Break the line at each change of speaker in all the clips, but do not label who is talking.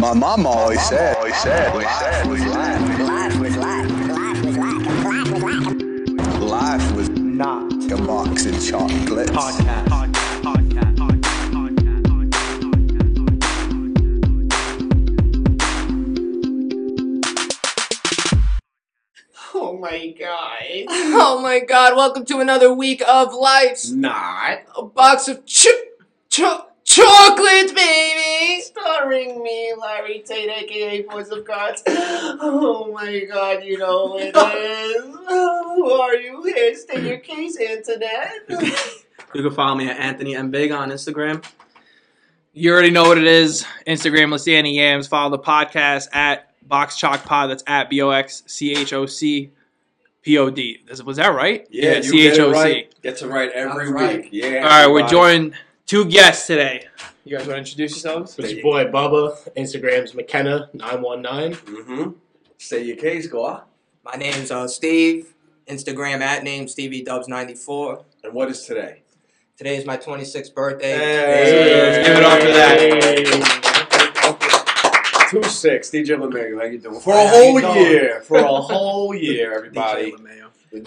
My mom always said, always said, always said, always said,
Life was like, life was like, life was like.
life was
not
a box of chocolates.
podcast.
Oh my god.
Oh my god, welcome to another week of Life's
Not
a Box of ch- ch- Chocolates, baby!
starring me, Larry Tate, aka Voice of Gods. Oh my god, you know who it is. Who are you? Here, state your case, internet.
You can follow me at Anthony M. Vega on Instagram. You already know what it is. Instagram, let's see any yams. Follow the podcast at Box Chalk Pod. That's at B O X C H O C P O D. Is- Was that right?
Yeah, you
C H O
Get it
C.
right. Gets it right every
That's right.
week. Yeah.
All right, we're
everybody.
joined two guests today. You guys want to introduce yourselves?
It's your boy Bubba. Instagram's McKenna nine one nine.
Mhm. Say your case, Gua.
My name's uh, Steve. Instagram at name Stevie Dubs94.
And what is today?
Today is my 26th birthday.
Hey.
Let's give it up for
Two six, DJ LeMayo, how you doing? For
How
a
you
whole
doing?
year, for a whole year, everybody.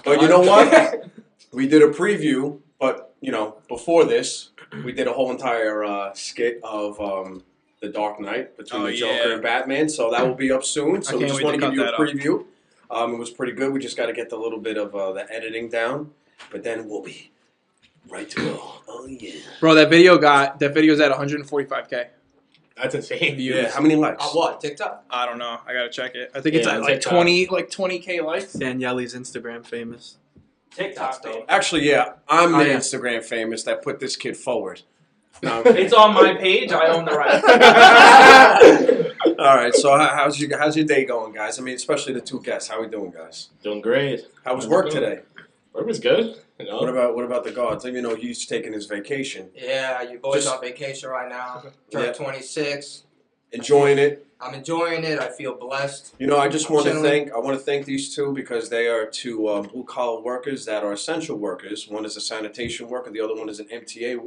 But you know what? We did a preview, but you know, before this, we did a whole entire uh, skit of um, the Dark Knight between
Oh,
the Joker
yeah.
and Batman. So that will be up soon. So we
can't
just
wait
want to
to
give
cut
you a
that up.
preview. Um, it was pretty good. We just got to get the little bit of uh, the editing down, but then we'll be right to go. Oh yeah.
Bro, that video got, that video's at 145K.
That's insane.
Yeah. How many likes?
On what? TikTok?
I don't know. I gotta check it. I think it's
Yeah,
at
it's
like
like that.
20, like 20K likes.
Danielle's Instagram famous.
TikTok's dope.
Actually, yeah, I'm
I
the
am.
Instagram famous that put this kid forward. No, I'm
It's on my page. I own the rights.
All right, so how- how's your how's your day going, guys? I mean, especially the two guests. How we doing, guys?
Doing great.
How was work today?
Work was good. You know?
What about what about the guards? Even though he's taking his vacation,
Yeah, your boy's
Just-
on vacation right now. Turned
Yeah.
26.
enjoying it.
I'm enjoying it. I feel blessed.
You know, I just want to
Chilling.
thank I want to thank these two because they are two um, blue collar workers that are essential workers. One is a sanitation worker, the other one is an MTA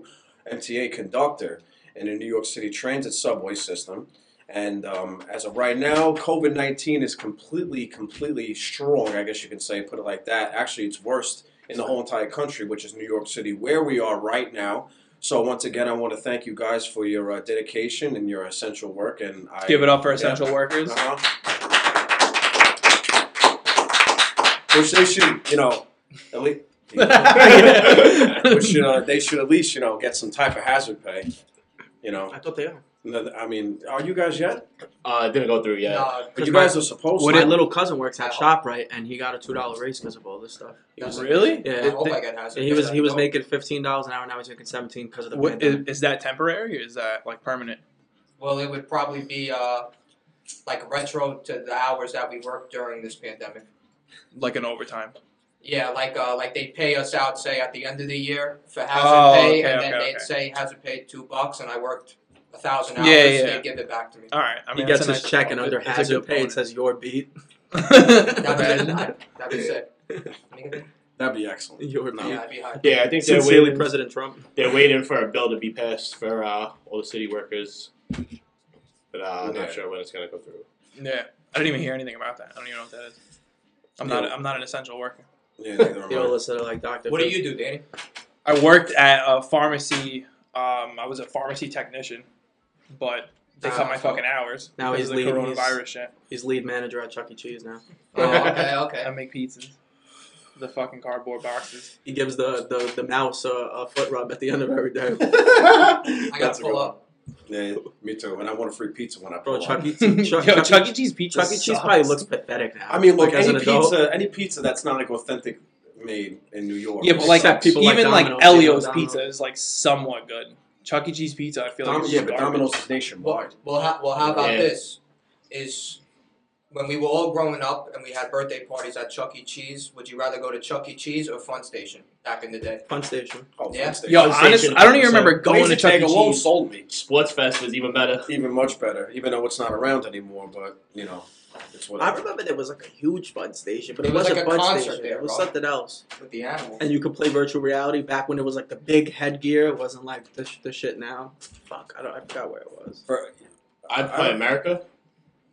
MTA conductor in the New York City transit subway system. And um, as of right now, COVID nineteen is completely completely strong. I guess you can say put it like that. Actually, it's worst in the whole entire country, which is New York City, where we are right now. So once again, I want to thank you guys for your uh, dedication and your essential work. And I
Give it up for
Yeah.
essential workers.
uh-huh. Which they should, you know, at least. which should, uh, they should at least, you know, get some type of hazard pay. You know,
I thought they are.
No, I mean, are you guys yet?
Uh, it didn't go through yet.
No,
But you guys are supposed
Well,
to.
my little cousin works at Shoprite, and he got a two dollar raise because of all this stuff.
Really? Oh
Yeah,
I
I
hope I
think-
get hazard.
yeah, he was
pay.
he was
Oh,
making fifteen dollars an hour. Now he's making seventeen because of the
What, is,
pandemic.
is that temporary or is that like permanent?
Well, it would probably be uh, like retro to the hours that we worked during this pandemic.
Like an overtime?
Yeah, like uh, like they pay us out, say at the end of the year for hazard
Oh,
pay,
okay,
and then
okay,
they'd
okay.
say hazard pay two bucks, and I worked a thousand
Yeah,
hours.
yeah.
They give it back to me.
All right. I mean,
he gets
that's a
his
nice
check, and
bonus.
under
It's a
hazard
good
pay, it
bonus.
says your beat.
That was it.
Imagine.
That was it.
That'd be excellent.
Your
No.
Yeah,
beat.
I'd be high.
Yeah, I think they're
Sincerely,
waiting.
President Trump.
they're waiting for a bill to be passed for uh, all the city workers, but uh, I'm
Yeah.
not sure when it's gonna go through.
Yeah. I didn't even hear anything about that. I don't even know what that is. I'm not.
Yeah.
I'm not an essential worker.
Yeah, neither am
They all
I.
listen to like Doctor.
What do you do, Danny?
I worked at a pharmacy. Um, I was a pharmacy technician, but they cut my fucking hours.
Now
because
he's
of the
leading- he's-
coronavirus shit.
He's lead manager at Chuck E. Cheese now.
Oh, okay, okay.
I make pizzas. The fucking cardboard boxes.
He gives the the, the mouse a, a foot rub at the end of every day.
I
That's
gotta
a
pull
good one.
up.
Yeah, me too. And I want a free pizza when I pull
Bro,
up.
Chuck E. Cheese. Chuck,
Yo,
Chuck,
Chuck
E.
E. Cheese pizza.
Chuck E. Cheese
sucks.
probably looks pathetic now.
I mean, look,
as
any
an adult.
pizza, any pizza that's not like authentic made in New York.
Yeah, but like
Except people like
even like,
Domino's,
Elio's
you know,
pizza
Domino's.
is like somewhat good. Chuck E. Cheese pizza, I feel like
Dom-
is
yeah,
just
but
garbage.
Domino's is nationwide.
Well, how, well, how about
Yeah.
this? Is when we were all growing up and we had birthday parties at Chuck E. Cheese. Would you rather go to Chuck E. Cheese or Fun Station back in the day?
Fun station.
Oh,
Yeah.
thanks, Dave.
Yo,
Fun
honestly,
station,
I don't even remember
so-
going to Chuck E.
Alone
Cheese.
sold me.
Sports Fest was even better.
even much better, even though it's not around anymore. But you know, it's
I
whatever.
remember there was like a huge fun station, but it,
It was like
wasn't
a
fun
concert
station.
there,
it was
bro.
something else.
With the animals.
And you could play virtual reality back when it was like the big headgear. It wasn't like the, sh- the shit now. Fuck, I don't. I forgot where it was.
For-
I'd play America.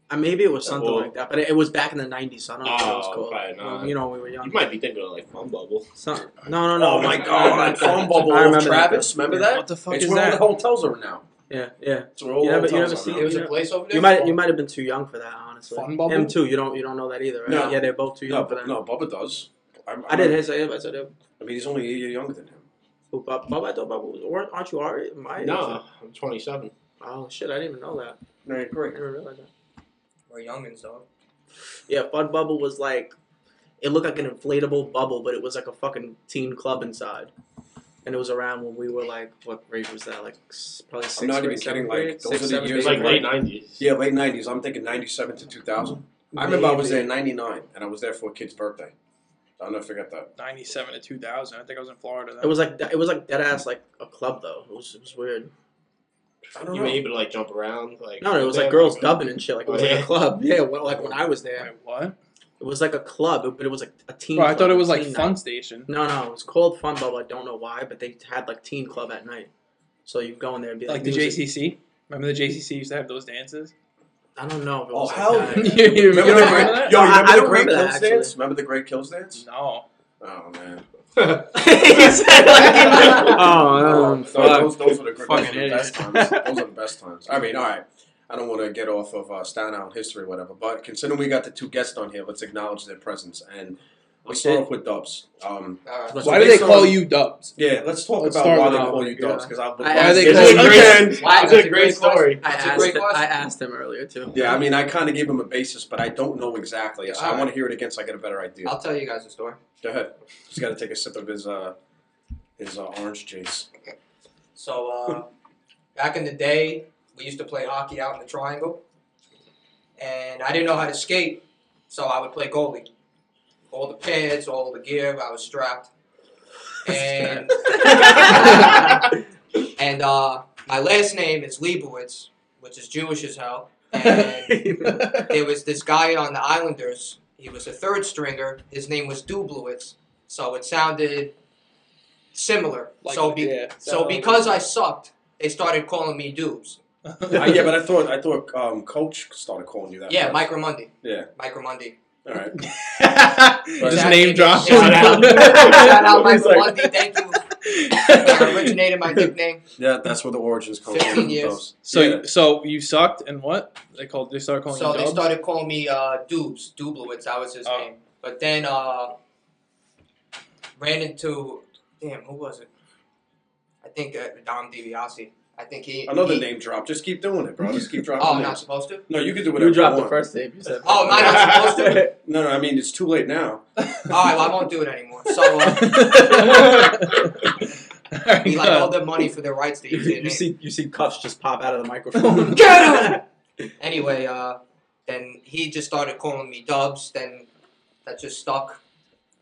Uh, maybe it was something
Well-
like that, but it, it was back in the '90s. So I don't know what it was
Oh,
called.
probably not.
Well, you know, we were
You
young.
might be thinking of like Fun Bubble.
Some, no, no, no.
Oh my
no,
God,
no,
that
no, no,
phone
no.
bubble
I
with
remember that,
Travis,
though.
remember
Yeah,
that?
What the fuck
it's
is
where all the
that?
hotels are now.
Yeah, yeah.
It's where all the
You never- you
hotels
never
are
seen-
now.
There was a place over there. Oh,
You might, you might have been too young for that, honestly.
Fun bubble?
Him too. You don't, you don't know that either, right?
No.
Yeah, they're both too young
No,
for
Bu-
that.
no, Bubba does. I, I,
I did his. I said, uh,
I mean, he's only a year younger than him.
Bob, Bob, I thought Bob was- weren't- aren't you already my age?
No, I'm 27.
Oh shit, I didn't even know that.
No,
I
great.
didn't realize that.
We're youngins though.
Yeah, Fun Bubble was like, it looked like an inflatable bubble, but it was like a fucking teen club inside, and it was around when we were like, what grade was that? Like s- probably sixth
I'm not
grade,
even kidding.
seventh
Like
grade,
those
sixth,
are the
seventh
It
years.
was like
grade.
late 90s.
Yeah, late '90s. I'm thinking '97 to 2000. I remember I was there in '99, and I was there for a kid's birthday. I'll never forget that.
97 to 2000. I think I was in Florida. Then.
It was like it was like dead ass like a club though. It was, it was weird.
I don't
You
know.
were able to like jump around. Like
No, no, it was like
Yeah.
girls dubbing and shit. Like it
Oh,
was like
yeah.
a club. Yeah, well, like when I was there,
Wait, what?
it was like a club, but it was like a teen.
Bro, I
club,
thought it was
a
like
teen
Fun
night.
Station.
No, no, it was called Fun Bubble. I don't know why, but they had like teen club at night. So you go in there and be like,
Like the
music-
JCC. Remember the JCC used to have those dances?
I don't know. If it
Oh
was like
hell!
that.
yeah.
You- you- you
remember
don't
the
remember
great,
that?
yo,
No, I-
remember
I
the
don't
great
remember that,
kills
actually.
dance? Remember the great kills dance?
No.
Oh man,
he said like he was-
No,
Oh, um,
those,
fuck.
those, those were the, great- those were
Fucking
the best
idiot.
times. Those are the best times. I mean, all right. I don't want to get off of uh, Staten Island history, or whatever. But considering we got the two guests on here, let's acknowledge their presence. And let's start off with Dubs. Um,
All right.
What's
Why
the
do they
big
call
song?
you Dubs?
yeah, let's talk
Let's
about
start
why
with
they
Dubs.
call you Dubs because I
I- are they
It's called-
yeah,
Again.
Wow, that's
That's
a
a great
great
story.
I
That's a
asked,
great
him-
question.
I asked him earlier too.
yeah, I mean, I kind of gave him a basis, but I don't know exactly. So I
Alright.
want to hear it again so I get a better idea.
I'll tell you guys a story.
Go ahead. Just got to take a sip of his uh, his uh, orange juice.
So uh, back in the day, we used to play hockey out in the triangle, and I didn't know how to skate, so I would play goalie. All the pads, all the gear, I was strapped, and and uh, my last name is Leibowitz, which is Jewish as hell. And there was this guy on the Islanders. He was a third stringer. His name was Dublowitz, so it sounded similar. so be-
yeah,
so because I sucked, they started calling me Dubes.
Uh, yeah, but I thought I thought um, Coach started calling you that.
Yeah,
first.
Micromundi.
Yeah.
Micromundi.
All right.
Just
Exactly.
name drop.
Shout out, shout out
He's like-
Micromundi. Thank you. I originated my nickname.
Yeah, that's where the origins come
15
from.
years.
Those.
So,
yeah.
so you sucked, and what they called? They started calling
So
you
they
Dubs.
started calling me uh, Dubes, Dublowitz. That was his
Oh.
name. But then uh, ran into damn, who was it? I think uh, Dom DiBiase. I think he.
another
he-
name drop. Just keep doing it, bro. Just keep dropping
Oh, I'm not
names.
supposed to.
No, you can do whatever
You dropped
you
the
want.
first name. You said.
Oh, am I not supposed to?
No, no, I mean it's too late now.
All right, well, I won't do it anymore. So uh,
Alright,
we like
good.
all the money for their rights to
You,
use their
you
name.
see, you see cuffs just pop out of the microphone.
Anyway, uh, then he just started calling me Dubs. Then that just stuck.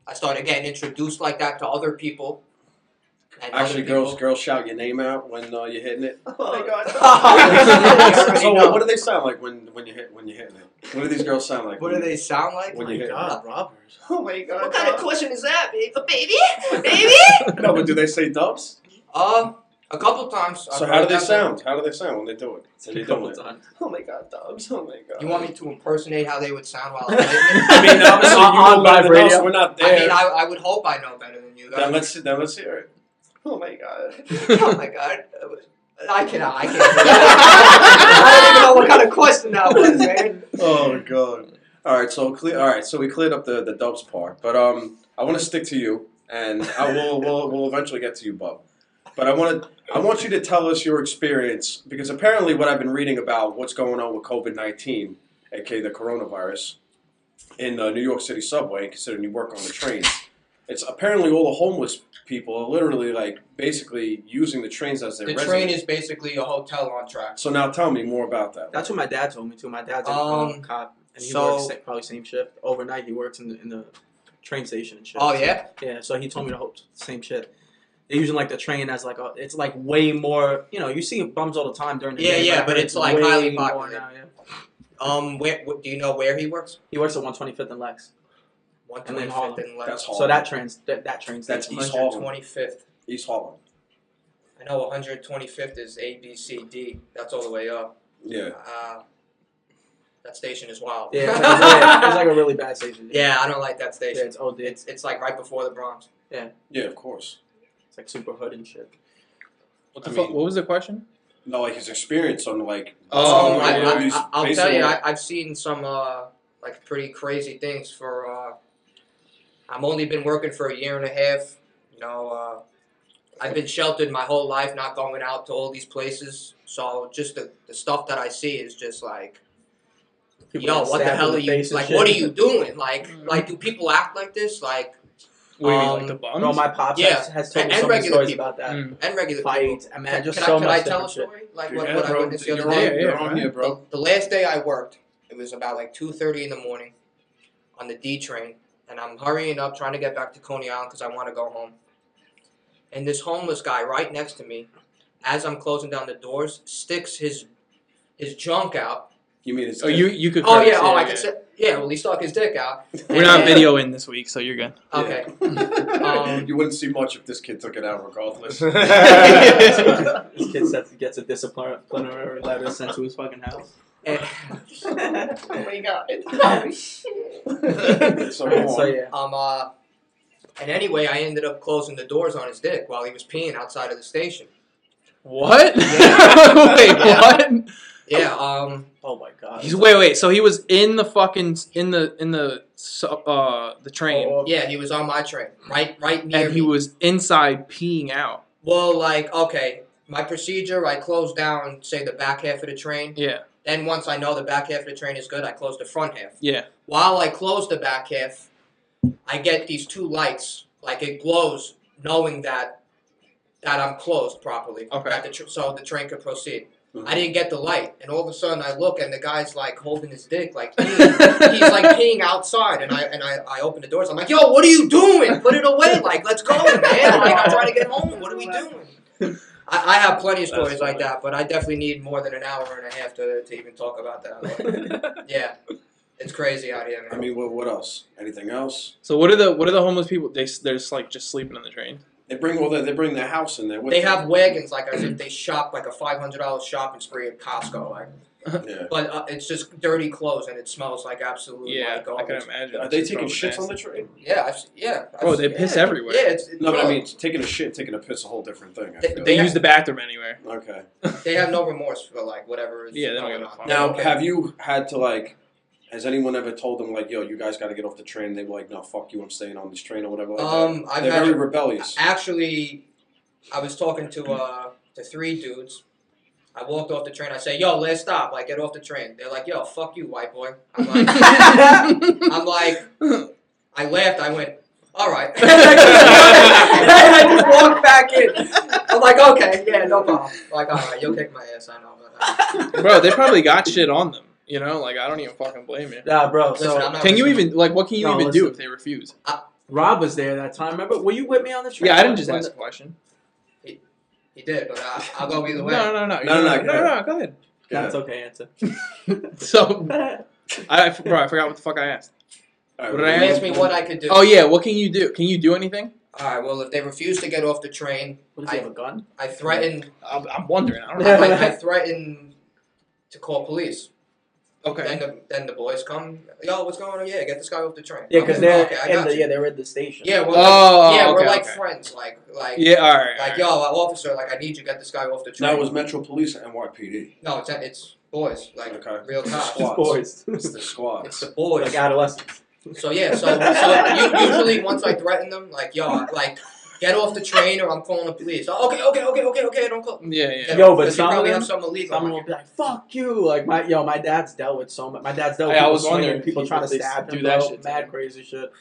I started getting introduced like that to other people. And other
Actually,
people-
girls, girls shout your name out when uh, you're hitting it.
Oh my god.
already
so,
know.
what do they sound like when when you hit when you're hitting it? What do these girls sound like?
What do they sound like?
When you hit
Oh God, robbers.
Oh my god.
question is that, baby? Baby?
it? No, but do they say dubs?
Uh, a couple times. I've
So how
heard
do they
that, but-
sound? How do they sound when they do it? When they do
Couple
it?
times.
Oh my god, Dubs. Oh my god.
You want me to impersonate how they would sound while I'm hitting it?
I mean, obviously you
On- on
don't know
live
the dubs,
radio.
We're not
I mean,
there.
I, I would hope I know better than you
Then
guys.
let's then let's hear it.
Oh my god.
oh my god. I cannot. I can't. do that. I don't even know what kind of question that was, man.
Oh god. All right, so clear. All right, so we cleared up the the dubs part, but um, I want to stick to you, and I will will will eventually get to you, Bob. But I want to I want you to tell us your experience because apparently what I've been reading about what's going on with COVID nineteen, aka the coronavirus, in the New York City subway, and considering you work on the trains, it's apparently all the homeless people are literally like basically using the trains as their
The
residence.
train is basically a hotel on tracks.
so now tell me more about that.
That's what my dad told me too. My dad's a
Um,
cop, and he
so-
works sa- probably same shift. Overnight, he works in the, in the train station and shit.
Oh yeah.
Yeah, so he told me the whole same shit. They're using like the train as like a, it's like way more. You know, you see bums all the time during the
Yeah,
day.
yeah,
I
but
heard
it's, like,
way
highly
more
popular.
now, yeah.
Um, where, wh- do you know where he works?
He works at 125th and Lex,
One
And then
twenty
Harlem.
fifth and
That's
left.
Harlem.
so that trains that, Oh. that train
That's
station.
East
One
Harlem.
twenty fifth.
East Harlem.
I know 125th is A, B, C, D. That's all the way up.
Yeah.
Uh, that station is wild.
Yeah, it's like, it's like- it's like a really bad station.
yeah, I don't like that
yeah,
station.
it's old. It's,
It's it's like right before the Bronx.
Yeah, of course.
it's like super hood and shit.
What, the
I
fu-
mean-
what was the question?
No, like his experience on like.
Oh,
on,
I,
like, all these-
I, will
based
tell
on
you,
what-
I, I've seen some uh, like pretty crazy things. For uh, I've only been working for a year and a half. You know, uh, I've been sheltered my whole life, not going out to all these places. So just the, the stuff that I see is just like, yo,
get
what the
stabbed in
hell are you?
face and
Like,
shit.
what are you doing? Like,
Mhm.
like do people act like this? Like,
What do you mean, like
Um,
the bums?
No, my pops
Yeah,
has, has told
and-
me so
and
many
regular
stories
people.
about that.
Mm.
and regular people.
Fights, I mean,
Can,
just
can
so
I, can
much
I tell a
different shit.
story? Like
Dude,
what,
yeah,
what I
bro,
witnessed the other
you're
day. Oh,
on,
Yeah, yeah,
you're on
man.
here,
the,
bro.
the last day I worked, it was about like two thirty in the morning, on the D train, and I'm hurrying up trying to get back to Coney Island because I want to go home. And this homeless guy right next to me, as I'm closing down the doors, sticks his his junk out.
You mean it's
Oh, you you could.
Oh
curse,
yeah, oh I can say yeah. Well, he stuck his dick out.
We're not videoing this week, so you're good.
Okay. Um,
you wouldn't see much if this kid took it out, regardless.
this kid sets, gets a disciplinary letter sent to his fucking house.
and-
Oh my god. Oh shit.
so, go
so
on.
yeah,
Um, uh, and anyway, I ended up closing the doors on his dick while he was peeing outside of the station.
What?
Yeah.
wait,
Yeah.
what?
Yeah, um,
oh my god,
He's wait, wait. So he was in the fucking in the in the su- uh the train,
Oh,
yeah, he was on my train, right, right near
and he
me.
was inside peeing out.
well, like, okay, my procedure, I close down, say, the back half of the train.
Yeah,
Then once I know the back half of the train is good, I close the front half.
yeah.
While I close the back half, I get these two lights, like it glows, knowing that that I'm closed properly.
Okay.
that the tr- so the train could proceed.
Mhm.
I didn't get the light, and all of a sudden I look, and the guy's like holding his dick, like peeing. he's like peeing outside, and I and I, I open the doors. I'm like, "Yo, what are you doing? Put it away! Like, let's go, man! Like, I'm trying to get home. What are we doing?" I, I have plenty of
That's
stories like
funny.
that, but I definitely need more than an hour and a half to, to even talk about that. Yeah, it's crazy out here, man.
I mean, what, what else? Anything else?
So what are the what are the homeless people? They s- they're just like just sleeping in the train.
They bring all that. They bring their house in there. With
They
them.
have wagons like as if they shop like a five hundred dollar shopping spree at Costco, like.
Yeah.
But uh, it's just dirty clothes and it smells like absolutely
Yeah,
like
I can
garbage.
imagine.
Are they
It's
taking
probably
shits on
nasty.
the train?
Yeah, I've, s- yeah. I've
Bro,
s-
they piss
yeah.
everywhere.
Yeah, it's,
No, but I
bro,
mean, taking a shit, taking a piss, a whole different thing. I
They-
feel.
They
Yeah.
use the bathroom anywhere.
okay.
they have no remorse for like whatever is
Yeah, they don't
going
give a
on.
fuck.
Now,
Okay.
have you had to like? Has anyone ever told them like, "Yo, you guys got to get off the train"? And they were like, "No, fuck you, I'm staying on this train" or whatever. Like that?
um, I've
They're
had
very rebellious.
actually, I was talking to uh to three dudes. I walked off the train. I say, "Yo, let's stop! Like, get off the train." They're like, "Yo, fuck you, white boy." I'm like, I'm like, I laughed. I went, "All right." and I just walked back in. I'm like, "Okay, yeah, no problem." Like, all right, you'll kick my ass. I know, but uh,
Bro, they probably got shit on them. You know, like I don't even fucking blame you.
nah, bro.
listen,
So
I'm not
Can you
listening.
even like what can you
No,
even do
listen.
if they refuse?
Rob was there that time. Remember? Were you with me on the trip?
Yeah, I didn't just
When
ask
the-
a question.
He did, but I, I'll go either
No,
way.
no, no,
No, no, no,
no, no, no. Go ahead.
That's okay. Answer.
So, I, bro, I forgot what the fuck I asked.
All
What
well,
did
You
I
asked me what I could do.
Oh yeah, what can you do? Can you do anything?
All right. Well, if they refuse to get off the train,
What does he have a gun?
I threaten.
I'm, I'm wondering. I don't
I,
know.
I threaten to call police. Then
Okay.
the then the boys come. Yo, what's going on? Yeah, get this guy off the train.
Yeah,
Okay,
because they're
okay, I
in
got
the,
you.
yeah they're at the station.
Yeah, we're
Oh,
like, yeah, we're
okay,
like
okay.
friends. Like like
Yeah. All right.
like yo, uh,
all
officer, like I need you. Get this guy off the train.
That was Metro Police and NYPD.
no, it's it's boys like
Okay.
real cops.
Squad.
boys.
It's the squad.
It's the boys.
like adolescents.
So yeah, so, so u- usually once I threaten them, like yo, like get off the train or I'm calling the police. Oh, okay, okay, okay, okay, okay, don't call.
Yeah. Yeah.
Yo, but
Because
some
you
of
probably
them-
have some illegal.
Someone will be like, "Fuck you!" Like my yo, my dad's dealt with so much. My dad's dealt
Hey,
with
I
people
was
swinging,
wondering if
people
he-
trying to
if they
stab
do
him,
that
bro,
shit to
mad
him.
crazy shit.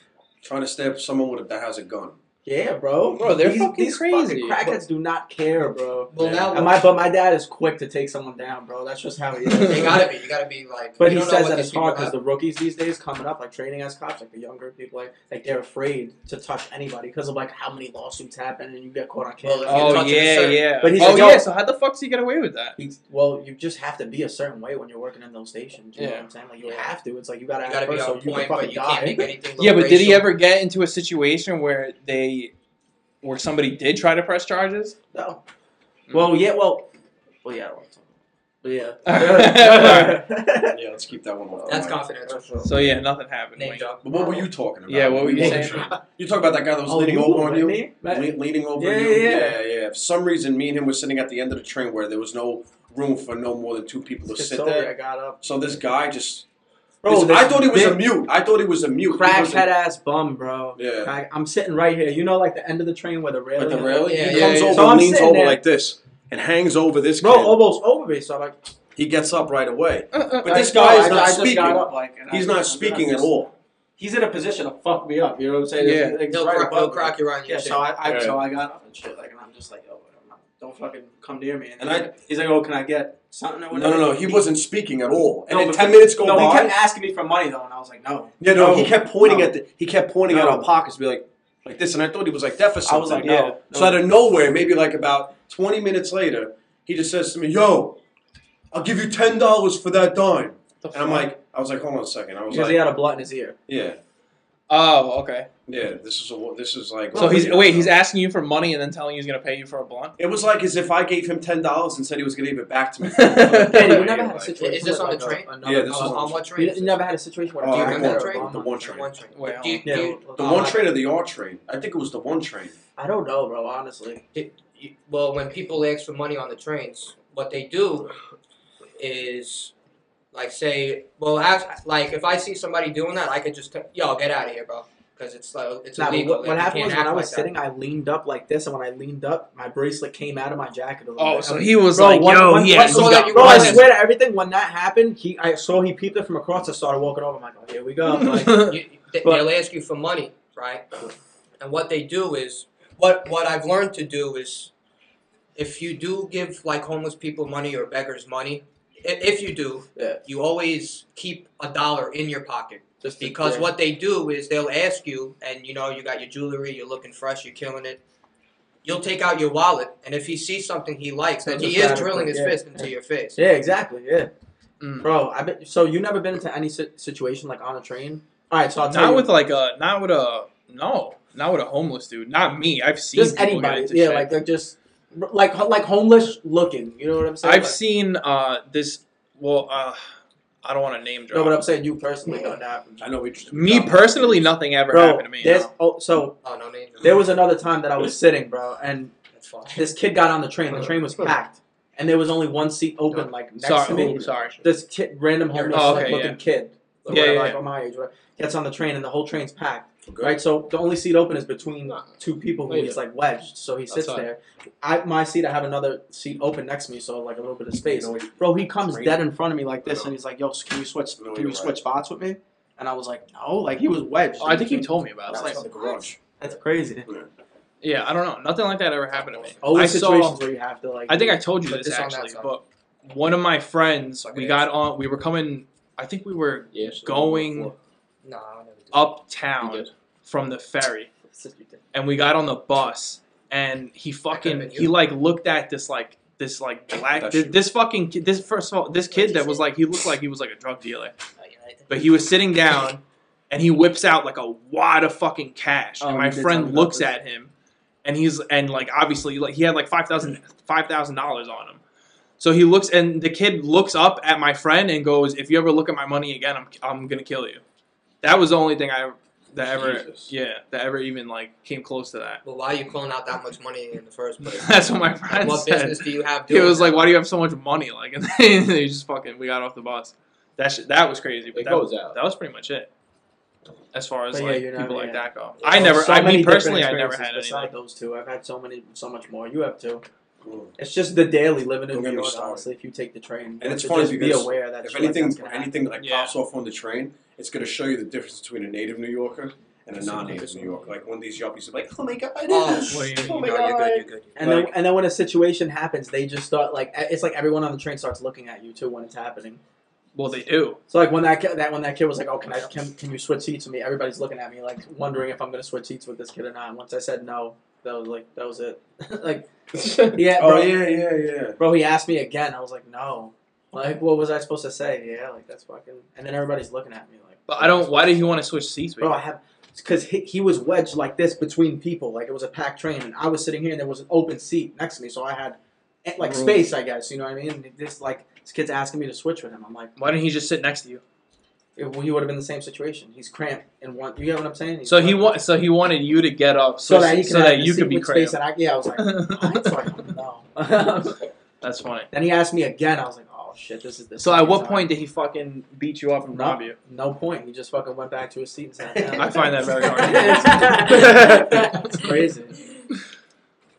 Trying to stab someone with a, that has a gun.
Yeah, bro.
Bro, they're
these,
fucking
these
crazy.
Fucking crackheads do not care, bro.
well,
Yeah.
now
And my but my dad is quick to take someone down, bro. That's just how he
you
is.
gotta be, you gotta be like.
But
you
he
don't know
says
what
that
these
it's hard
people have.
because the rookies these days coming up, like training as cops, like the younger people, like like they're afraid to touch anybody because of like how many lawsuits happen and you get caught on camera.
Well, if you
Oh
touch
yeah.
a
Yeah.
But he's
oh
like, yo-
yeah. So how the fuck does he get away with that?
He's- well, you just have to be a certain way when you're working in those stations. You know
Yeah.
what I'm saying? Like you
Yeah.
have to. It's like you gotta,
You gotta
act
be
first,
on
so you
point,
can fucking
but you can't
die.
make anything. look
Yeah, but did he
racial.
ever get into a situation where they, where somebody did try to press charges?
Mm-hmm.
No. Well, yeah. Well, well, yeah. I don't wanna talk Yeah.
Yeah, let's keep that one off.
That's
Mike.
confidential.
so yeah, nothing happened.
Name
Wayne.
drop.
But what were you talking about?
Yeah, what were you
We-
saying? Oh,
You talk about that guy that was leaning
Oh,
over on you, Le- leaning over
Yeah,
you.
yeah, yeah.
yeah, yeah. For some reason, me and him were sitting at the end of the train where there was no room for no more than two people to sit there.
I got up.
So this guy just.
Bro,
this-
this
Oh, I thought he was a
big-
mute. I thought he was a mute. He wasn't-
Crackhead ass bum, bro.
Yeah.
Crack- I'm sitting right here. You know, like the end of the train where the rail.
Like the rail.
Yeah,
he
yeah,
comes
yeah.
over,
So I'm
and leans
sitting
over
there.
like this, and hangs over this
Bro, oh. Uh,
kid.
almost over me. So I'm like,
he gets up right away.
but
this guy is not
I just
speaking.
got up, like, and I-
He's
I'm
not
just-
speaking at all.
He's in a position to fuck me up. You know what I'm saying?
Yeah.
It's- it's
He'll,
right
crack,
above
he'll
me.
crack you right in your
Yeah,
chin.
so I, I
Right.
so I got up and shit, like, and I'm just like, yo, I'm not- don't fucking come near me. And,
And
then he's like, oh, can I get something or
No,
whatever?
no, no. He wasn't speaking at all. And
No,
then
but-
ten minutes go
No,
by.
he kept asking me for money though, and I was like, no.
yeah, no,
No.
He kept pointing
No.
at the. He kept pointing at
No.
our pockets, be like, like this. And I thought he was like that for
I
something.
was like,
Yeah.
no. no.
So out of nowhere, maybe like about 20 minutes later, he just says to me, "Yo, I'll give you ten dollars for that dime." And I'm like, I was like, hold on a second. I was
because he
like,
had a blunt in his ear.
yeah,
oh, okay.
yeah. This is a, this is like.
So he's wait, he's asking you for money and then telling you he's gonna pay you for a blunt.
It was like as if I gave him ten dollars and said he was gonna give it back to me.
Danny,
Yeah,
you never had a situation.
Is this
where,
on
like,
the
a-
train?
another
Yeah,
Oh,
this was
bum-
on
on what
You
train?
n- never had a situation where
Oh,
a
do you
bum-
remember that
bum-
train?
The
bum-
one
The
train.
one train.
Wait,
do you, do
Yeah,
you,
the
Oh,
one
my-
train or the R train? I think it was the one train.
I don't know, bro. Honestly,
you- well, when people ask for money on the trains, what they do is like say, well, ask, like if I see somebody doing that, I could just t- yo get out of here, bro, because it's like it's
Nah, but
illegal.
what, what
Like, you can't
happened was when
act
I was
like that.
sitting, I leaned up like this, and when I leaned up, my bracelet came out of my jacket a little
Oh,
bit.
so he was
Bro,
like,
one-
yo,
one-
he
one-
had,
so
he
that
got
you
Bro, I
Right.
swear to everything. When that happened, he I saw he peeped it from across. I started walking over. I'm like, oh, here we go. I'm like,
one-
you, they,
But-
they'll ask you for money, right? And what they do is, what what I've learned to do is, if you do give like homeless people money or beggars money, i- if you do,
Yeah.
you always keep a dollar in your pocket
just to-
because
yeah.
what they do is they'll ask you, and you know you got your jewelry, you're looking fresh, you're killing it. You'll take out your wallet, and if he sees something he likes, then
That's
he
a
is
fact,
drilling his
yeah.
fist into your face.
Yeah, exactly. Yeah,
Mm.
bro. I bet. So you never been into any si- situation like on a train? All right, so I'll tell
not
you.
with like a not with a no, not with a homeless dude. Not me. I've seen
just
people get
anybody.
into
Yeah,
shit.
like like just like like homeless looking. You know what I'm saying?
I've
Like-
seen uh this. Well, uh, I don't want to name drop.
No, but I'm saying you personally don't happen.
I know we.
me personally, nothing ever
Bro,
happened to me.
there's
no.
oh, so
Oh no, name.
there was another time that I was sitting, bro, and
That's fine.
this kid got on the train. The train was packed, and there was only one seat open, like next
Sorry,
to me.
ooh, sorry.
This kid, random homeless
Oh, okay,
like, looking
yeah.
kid, or
Yeah,
whatever,
yeah,
like
yeah.
oh, my age, whatever, gets on the train, and the whole train's packed.
Right.
Right, so the only seat open is between two people who
Wait.
he's like wedged. So he sits
Outside.
there. I my seat, I have another seat open next to me, so like a little bit of space.
You know, he-
Bro, he comes
Crazy.
dead in front of me like this,
No.
and he's like, "Yo, can you switch?
No,
Can
you're
you
right.
switch spots with me?" And I was like, "No." Like he was wedged.
Oh, I think you told me about
That's
that.
That's
like-
like the garage.
That's crazy.
yeah, I don't know. Nothing like that ever happened to me. I
Always situations
saw.
where you have to like.
I think I told you
Put
this,
this on that
actually,
side.
but one of my friends, we
Okay.
got on. We were coming. I think we were
Yeah, so
going
No, I never
Oh.
did.
You
uptown
did.
from the ferry, and we got on the bus, and he fucking
been you.
he like looked at this like this like black
That's
this,
you.
this fucking kid, this first of all this
What'd
kid
you
that was
say?
like he looked like he was like a drug dealer.
Oh, yeah, I did.
but he was sitting down and he whips out like a wad of fucking cash
Oh,
and my
you did tell me
friend
about
looks
this.
at him and he's and like obviously like he had like five thousand five thousand dollars on him so he looks and the kid looks up at my friend and goes if you ever look at my money again i'm, I'm gonna kill you that was the only thing i that ever
Jesus.
yeah that ever even like came close to that
Well, why are you pulling out that much money in the first place?
that's what my
Like,
friend
what
said
business do you have
he
doing
was
that?
like why do you have so much money like and then they just fucking we got off the bus that shit, that was crazy but
It
that,
goes out.
that was pretty much it as far as
But yeah,
like
you're not-
people like
yeah.
that go. I never,
So
I
many
mean
different
personally, I never
experiences
had any.
Beside those two, I've had so many, so much more. You have too. It's just the daily living in
Don't
New
get me
York.
started.
Honestly, if you take the train,
And it's
to
funny
just be
because
aware that
If
shit like
anything,
that's gonna happen.
anything like
Yeah.
pops off on the train, it's gonna show you the difference between a native New Yorker and a non-native New Yorker. Like one of these yuppies, are like, oh my god,
Oh,
Well, you-
no,
my
you're
God.
good. You're good.
And then, and then when a situation happens, they just start like e, it's like everyone on the train starts looking at you too when it's happening.
Well, they do.
So like when that kid, that when that kid was like, "Oh, can I can, can you switch seats with me?" Everybody's looking at me like wondering if I'm gonna switch seats with this kid or not. And once I said no, that was like that was it. like yeah,
Oh
bro,
yeah, yeah, yeah.
bro, he asked me again. I was like, "No." Like what was I supposed to say? Yeah, like that's fucking. And then everybody's looking at me like.
But I don't. Why did he want to switch seats? With
Bro,
you?
I have because he, he was wedged like this between people, like it was a packed train, and I was sitting here, and there was an open seat next to me, so I had eh, like
Room.
space, I guess. You know what I mean? This like This kid's asking me to switch with him. I'm like,
Why didn't he just sit next to you?
it, well, he would have been the same situation. He's cramped and one. You get what I'm saying? He's
So he
cramped.
wa- so he wanted you to get up so,
so that he could
so
have
that
the
you could
seat
be
with space.
cramped.
And I, yeah, I was like, Heinz, like, no.
That's funny.
then he asked me again. I was like, oh shit, this is the.
So at
second
what
time.
point did he fucking beat you up and
No.
rob you?
No point. He just fucking went back to his seat and sat down.
I find that very hard.
it's crazy.
Yeah,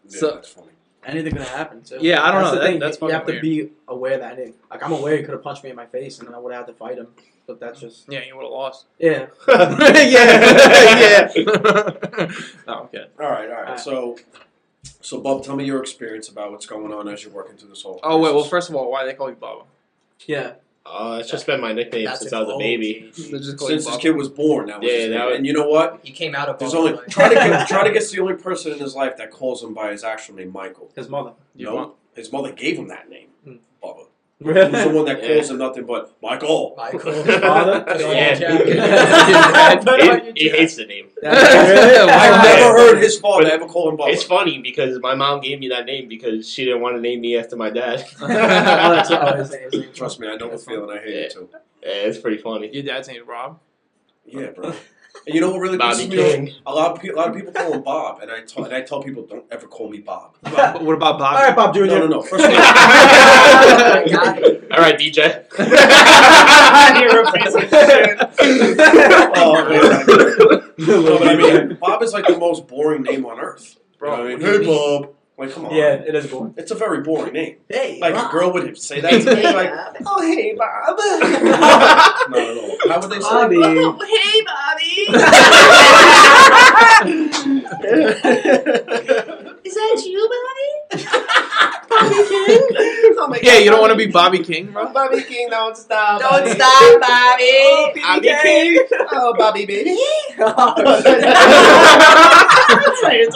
So-
that's funny.
Anything could happen. Too.
Yeah, I don't know.
that's The
That-
thing.
that's
you have
fucking
to be aware that it, like I'm aware he could have punched me in my face and then I would have had to fight him. But that's just
yeah, you would have lost.
yeah.
yeah, yeah. oh, okay.
All right, all right.
Alright.
So, so Bob, tell me your experience about what's going on as you're working through this whole.
Oh wait. Well,
crisis.
first of all, why they call you Baba?
Yeah.
Uh, it's just been my nickname
That's
since
an
I was a
old
baby.
They just call you
since this
Baba.
kid was born, that was
Yeah,
his
that
name.
was-
and you know what?
He came out of
There's
Buffalo.
only try to get, try to guess the only person in his life that calls him by his actual name, Michael.
His mother.
You
no,
want-
his mother gave him that name,
Hmm.
Bubba. He was the one that calls him nothing but Michael.
Michael.
Father?
Yeah. He- he hates the name.
Really?
I've
Wow.
never heard his father ever call him Bubba.
It's funny because my mom gave me that name because she didn't want to name me after my dad.
oh, that's oh, his, his name.
Trust me, I know the feeling. I hate it too.
Yeah, it's pretty funny.
Your dad's name is Rob.
Yeah, bro. And you know what really
Bobby
pisses me off?
King.
A lot of pe- a lot of people call him Bob, and I tell and I tell people don't ever call me Bob.
But what about
All
Bobby?
right, Bob Jr.
No, no, no. First of
All
all,
right, DJ. You're a piece of shit.
Oh, man. No, but I mean, Bob is like the most boring name on earth.
Bro,
You know what I mean? Hey, Bob. Like, come on.
Yeah, it is boring.
It's a very boring name.
Hey,
Like, a girl would say that to me. Like,
oh, hey, Bob.
not at all. How would they say
Bobby.
hey, Bobby. Is that you, Bobby? Bobby King? Oh my
yeah,
God,
you don't want to
Bobby-
be Bobby King, bro.
Oh, Bobby King, don't stop.
Don't
Bobby.
stop, Bobby.
Oh, baby
Bobby
King. Oh, Bobby, baby.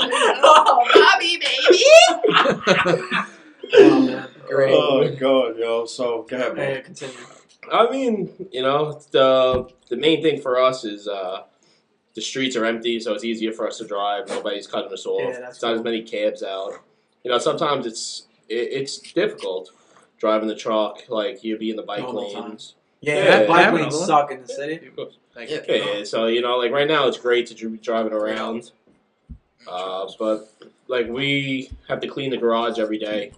Bobby, baby.
Oh, man.
Great.
Oh, my God, yo. So, go ahead,
Hey,
Bob.
continue.
I mean, you know, the the main thing for us is uh, the streets are empty, so it's easier for us to drive. Nobody's cutting us off.
Yeah, that's
There's not as many cabs out. You know, sometimes it's it, it's difficult driving the truck. Like you'd be in the bike
Normal
lanes.
Yeah,
Yeah,
that bike
yeah.
lanes suck in the city.
Thank
Yeah, so you know, like right now, it's great to dri- be driving around.
Oh,
Uh, but like we have to clean the garage every day.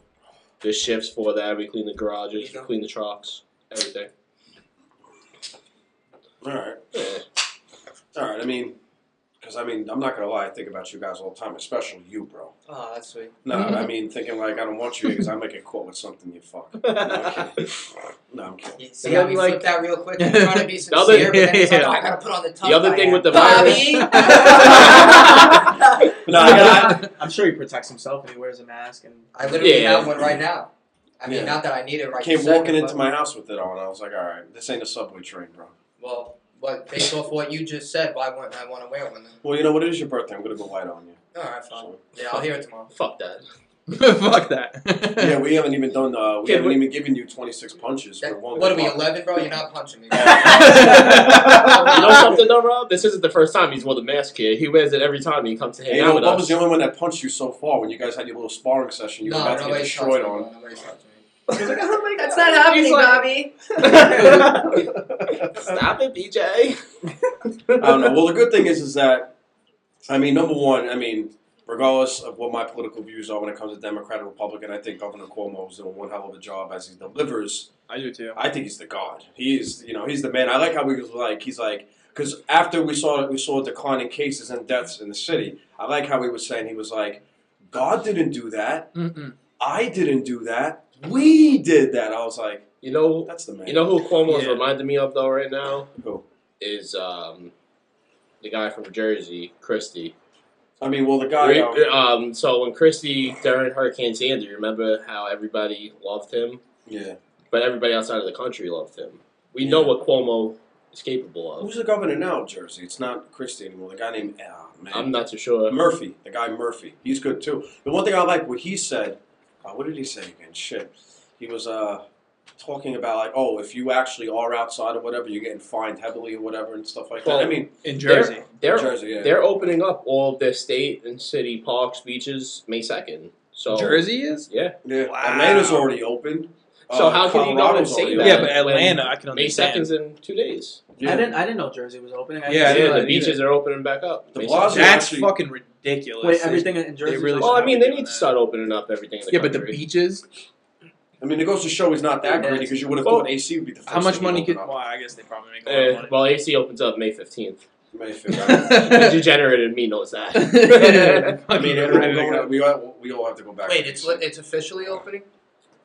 There's shifts for that. We clean the garages, we clean the trucks, everything.
All right.
Yeah.
All right. I mean, because, I mean, I'm not going to lie. I think about you guys all the time, especially you, bro.
uh,
Oh, that's sweet.
No, I mean, thinking, like, I don't want you because I might get caught with something you fuck. No, I'm kidding. No, I'm kidding.
You see
Yeah,
how we
like-
flipped that real quick? We're trying to be
The other-
sincere, but then it's like,
yeah.
oh, I gotta put on the tough
The other thing
guy.
with the
Bobby.
virus-
No, I got
I'm sure he protects himself and he wears a mask and
I literally
Yeah.
have one right now. I mean,
Yeah.
not that I need it right.
I came
this second,
walking into
but-
my house with it on. I was like, all right, this ain't a subway train, bro.
Well, but based off what you just said, why wouldn't I want to wear one then?
Well, you know what? It is your birthday. I'm going to go light on you.
All right, fine. Yeah, I'll hear it tomorrow.
Fuck that.
Fuck that.
Yeah, we haven't even done. Uh, we
Kid,
haven't
what-
even given you 26 punches.
That-
for one
what are we,
block.
11, bro? You're not punching me.
you know something though, Rob? This isn't the first time he's worn the mask here. He wears it every time he comes to hang
Hey, you
out
know,
with
Bob was
us.
the only one that punched you so far when you guys had your little sparring session. You were
no,
about to get
nobody's
destroyed
touching
on.
me. Nobody's touching me.
That's not happening, Bobby.
Stop it, BJ.
I don't know. Well, the good thing is, is that, I mean, number one, I mean, regardless of what my political views are when it comes to Democrat and Republican, I think Governor Cuomo is doing one hell of a job as he delivers
I do too.
I think he's the god. He's you know he's the man. I like how he was like he's like because after we saw we saw a decline in cases and deaths in the city. I like how he was saying he was like, God didn't do that.
Mm-mm.
I didn't do that. We did that. I was like,
You know,
that's the man.
you know who Cuomo's
Yeah.
reminding me of though right now
Who?
is um, the guy from Jersey, Christie.
I mean, well, the guy. um,
Re- um, so when Christie during Hurricane Sandy, remember how everybody loved him,
yeah.
but everybody outside of the country loved him. We know
Yeah.
what Cuomo is capable of.
Who's the governor now, of Jersey? It's not Christie anymore. The guy named ah man.
I'm not too sure.
Murphy, the guy Murphy, he's good too. The one thing I like what he said. Uh, what did he say again? Shit, he was uh, talking about like, oh, if you actually are outside or whatever, you're getting fined heavily or whatever and stuff like that. I
Well,
mean,
In Jersey.
They're, they're
Jersey, yeah.
They're opening up all of their state and city parks, beaches May second. So
Jersey is?
yeah,
yeah.
Wow.
Atlanta's already open. Uh,
So how can you go and
Colorado's
say
already
that?
Yeah, but
when
Atlanta, I can
May
understand.
second's in two days.
I didn't. I didn't know Jersey was opening.
Yeah,
I
I
didn't
didn't
know
the
that
beaches
either.
are opening back up.
The
May
Plaza-
2nd.
That's
Actually-
fucking ridiculous.
Wait, everything in Jersey.
really
Well, I mean, they need
that.
to start opening up everything. In the
yeah, but the
country.
beaches.
I mean, it goes to show he's not that
Yeah,
greedy
it's-
because you would have
Well,
thought AC would be the first.
How much
thing to
money
open
could?
up.
Well, I guess they probably make a lot of
Eh,
money.
well, AC opens up May fifteenth.
May fifth.
The degenerate in me knows that.
I mean,
Fucking
everyone
right.
going- we all, we all have to go back.
Wait,
to
it's
AC.
it's officially opening.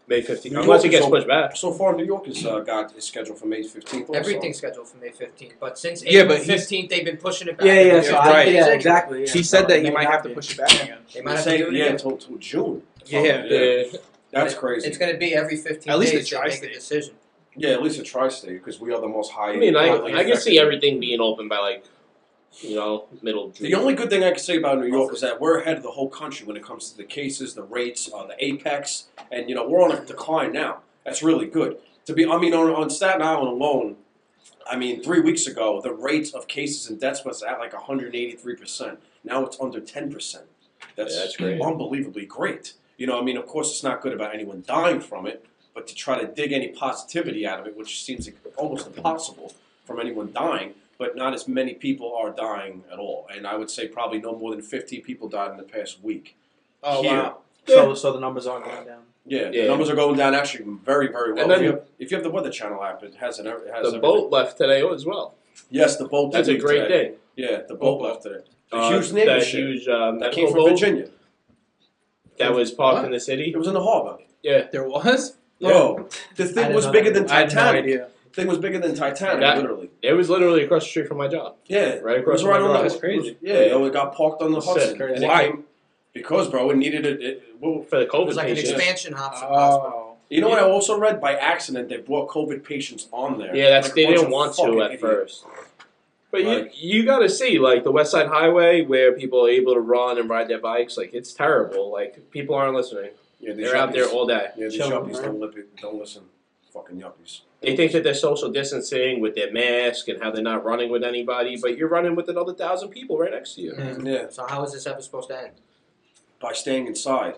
May fifteenth.
New
Unless
York
it gets
is
pushed back.
so far. New York is uh, got is scheduled for May fifteenth.
Everything's scheduled for May fifteenth, but since
Yeah,
April
but he's-
fifteenth, they've been pushing it back.
Yeah, yeah.
It's
so
Yeah,
I,
right.
yeah, exactly. Yeah.
He said that he
May
might
not
have to
be.
push it back again.
They might have to
Say,
do it
yeah,
again.
until, till June.
Yeah,
Yeah.
That's
It-
crazy.
It's going to be every 15
At least
days
they
they make
tri-state.
a decision.
yeah, at least a tri-state because we are the most high.
I mean, I,
highly
I can
affected.
see everything being open by like, you know, middle June.
The only good thing I can say about New York is that we're ahead of the whole country when it comes to the cases, the rates, uh, the apex, and you know we're on a decline now. That's really good. To be, I mean, on, on Staten Island alone, I mean, three weeks ago the rates of cases and deaths was at like 183 percent. Now it's under 10 percent. That's,
Yeah, that's great.
unbelievably great. You know, I mean, of course it's not good about anyone dying from it, but to try to dig any positivity out of it, which seems almost impossible from anyone dying but not as many people are dying at all. And I would say probably no more than 50 people died in the past week.
Oh
Here.
wow. So so the numbers are going down.
Yeah, the
Yeah.
numbers are going down actually very, very well.
And then-
if, you have, if you have the Weather Channel app, it has an. It has
the
everything.
boat left today as well.
Yes, the boat.
That's a
did leave
great
today.
thing.
Yeah, the boat left today. Oh. The
Uh,
huge naval
that
ship
huge uh,
that
medical
came from
boat
Virginia.
that was parked
What?
in the city.
It was in the harbor.
Yeah,
There was.
Bro, the
I
thing
didn't
was
know
bigger
that.
than
I had no
Titanic.
idea.
the thing was bigger than Titanic,
That-
literally.
it was literally across the street from my job.
Yeah,
Right
It was
across
right
the
on the
road.
That's crazy.
it was- Yeah, you know, it got parked on the
That's
Hudson.
sick.
And it
Why?
came- because, bro, it needed it. it well,
For the
It
COVID
was like an
patients.
expansion option.
Oh,
You know what I also read? By accident, they brought COVID patients on there.
Yeah, that's
Like a
they
bunch
didn't
of
want to
fucking
at
idiots.
first. But
Right.
you you gotta see like the West Side Highway where people are able to run and ride their bikes. Like it's terrible. Like people aren't listening.
Yeah, these
They're out there
yuppies-
all day.
Yeah, these
Children,
yuppies
right?
don't, lip it, don't listen. Fucking yuppies.
They think that they're social distancing with their mask and how they're not running with anybody, but you're running with another thousand people right next to you.
Mm.
Yeah,
So how is this ever supposed to end?
by staying inside.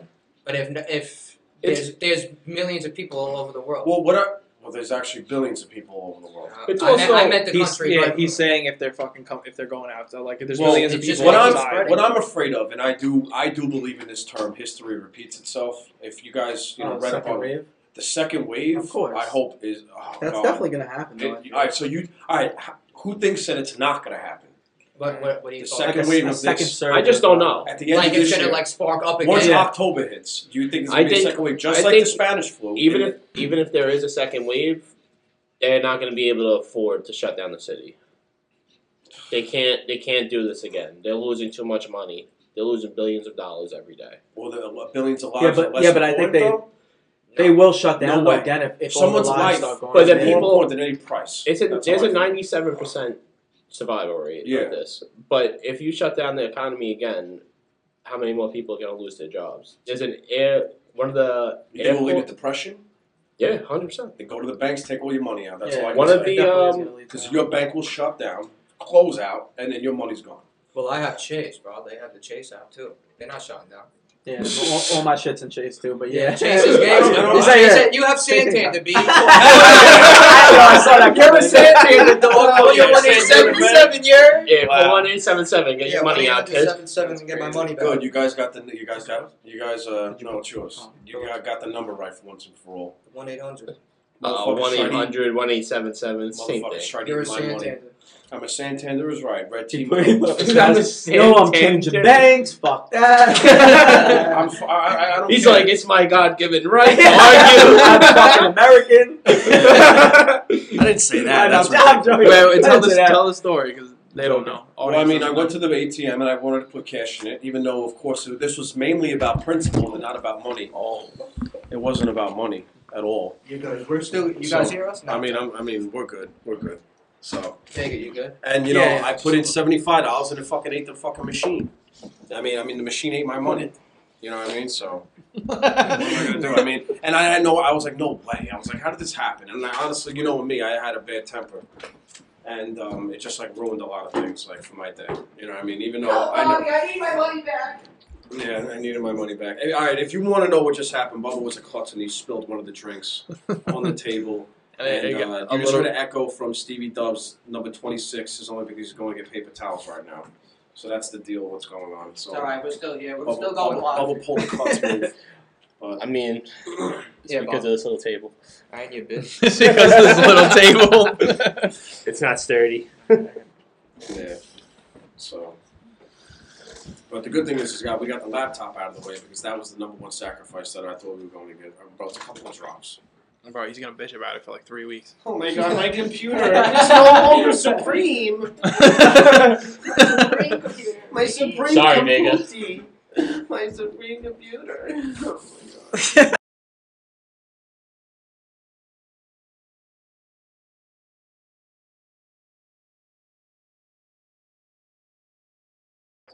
But if if
It's-
there's, there's millions of people all over the world.
Well, what? Are, well, there's actually billions of people all over the world.
Uh,
It's
I, meant,
also-
I meant the
he's,
country.
yeah,
but
he's saying if they're fucking com- if they're going out, so like if there's
Well,
millions of
it's just
people
What I'm
outside.
what I'm afraid of, and I do I do believe in this term, history repeats itself. If you guys you know
Oh,
read
second
about
wave.
the second wave,
Of course.
I hope is oh,
That's
God.
definitely gonna happen.
It-
Though.
all right, so you all right? h- Who thinks that it's not going to happen?
What, what, what do you
The
call
like
it?
second
a,
wave
a
of
second
this.
surge.
I just don't know.
At the end
Like
of this
it's gonna
year,
like spark up again.
Once
Yeah.
October hits, do you think it's
I
gonna be
think-
a second wave, just
I
like
think
the Spanish flu?
Even if even if there is a second wave, they're not gonna be able to afford to shut down the city. They can't they can't do this again. They're losing too much money. They're losing billions of dollars every day.
or the uh, billions of lives.
Yeah, but-
are less
yeah, but I
important,
think they-
though,
They will shut
No
down
way.
again if, if all the
someone's
lives
life,
start going.
But
down.
then
is more
people-
important than any price.
It's a,
That's
there's
how I
a
feel.
97% survival rate
Yeah.
of this. But if you shut down the economy again, how many more people are going to lose their jobs? There's an air, one of the.
You think will lead
airport-
to depression?
yeah, 100%.
They go to the banks, take all your money out. That's
Yeah.
all I
One
can
of the,
It definitely is
um,
gonna lead to
because
that.
your bank will shut down, close out, and then your money's gone.
Well, I have Chase, bro. They have the Chase out too. They're not shutting down.
Yeah, but all, all my shit's in Chase too, but yeah.
Chase is
I
gay.
don't- I don't-
He
It's like, yeah.
said, you have Santander, B.
I saw that
Give
coming.
us Santander, dog.
Oh, yeah,
Call your 1-877, yeah.
Yeah,
Wow.
1877, get your money out, kids.
Seven seven and get my money back.
Good, you guys got the you guys got you guys uh no it's yours.
Oh.
You got, got the number right for once and for all.
One eight hundred.
Uh,
Motherfucker
1
tried to-
800 1877, same
motherfucker
thing.
tried to
You're a
eat my money.
Santander.
I'm a Santander is right. Red team.
No, I'm changing banks. Fuck that.
I'm, f- I, I, I don't
He's
care.
like, it's my God given right to
I'm
argue.
fucking American.
I didn't say
I'm,
That's
I'm joking.
Wait, wait,
I
tell,
didn't
the,
say that.
tell the story because they don't know.
well, I mean, I went to the ATM and I wanted to put cash in it, even though, of course, it- this was mainly about principle and not about money. Oh, it wasn't about money at all.
You good? We're still. You
So,
guys hear us? No.
I mean, I'm, I mean, we're good, we're good. So,
Take it. You good?
and you know,
Yeah, yeah,
I put in seventy five dollars and it fucking ate the fucking machine. I mean, I mean, the machine ate my money. You know what I mean? So. what am I gonna do? I mean, and I, I know I was like, no way. I was like, how did this happen? And I honestly, you know, with me, I had a bad temper, and um, it just like ruined a lot of things, like for my day. You know, what I mean, even though I know,
I need my money back.
Yeah, I needed my money back. Hey, All right, if you want to know what just happened, Bubba was a klutz and he spilled one of the drinks on the table.
And then
And,
you
uh,
got a
you're just
little-
going to echo from Stevie Dubs, number 26, is only because he's going to get paper towels right now. So that's the deal, what's going on. So
It's all right. We're still here. We're
Bubba,
still going
Bubba,
live.
Bubba pulled the klutz move.
I mean, it's
Yeah,
because of this little table.
I ain't your bitch.
because of this little table.
It's not sturdy.
Yeah. So. But the good thing is, is got, we got the laptop out of the way because that was the number one sacrifice that I thought we were going to get. I brought a couple of drops.
Bro, he's gonna bitch about it for like three weeks.
Oh my god, my computer is no longer supreme.
Green computer.
My supreme
Sorry, Vega.
computer. My supreme computer. Oh my god.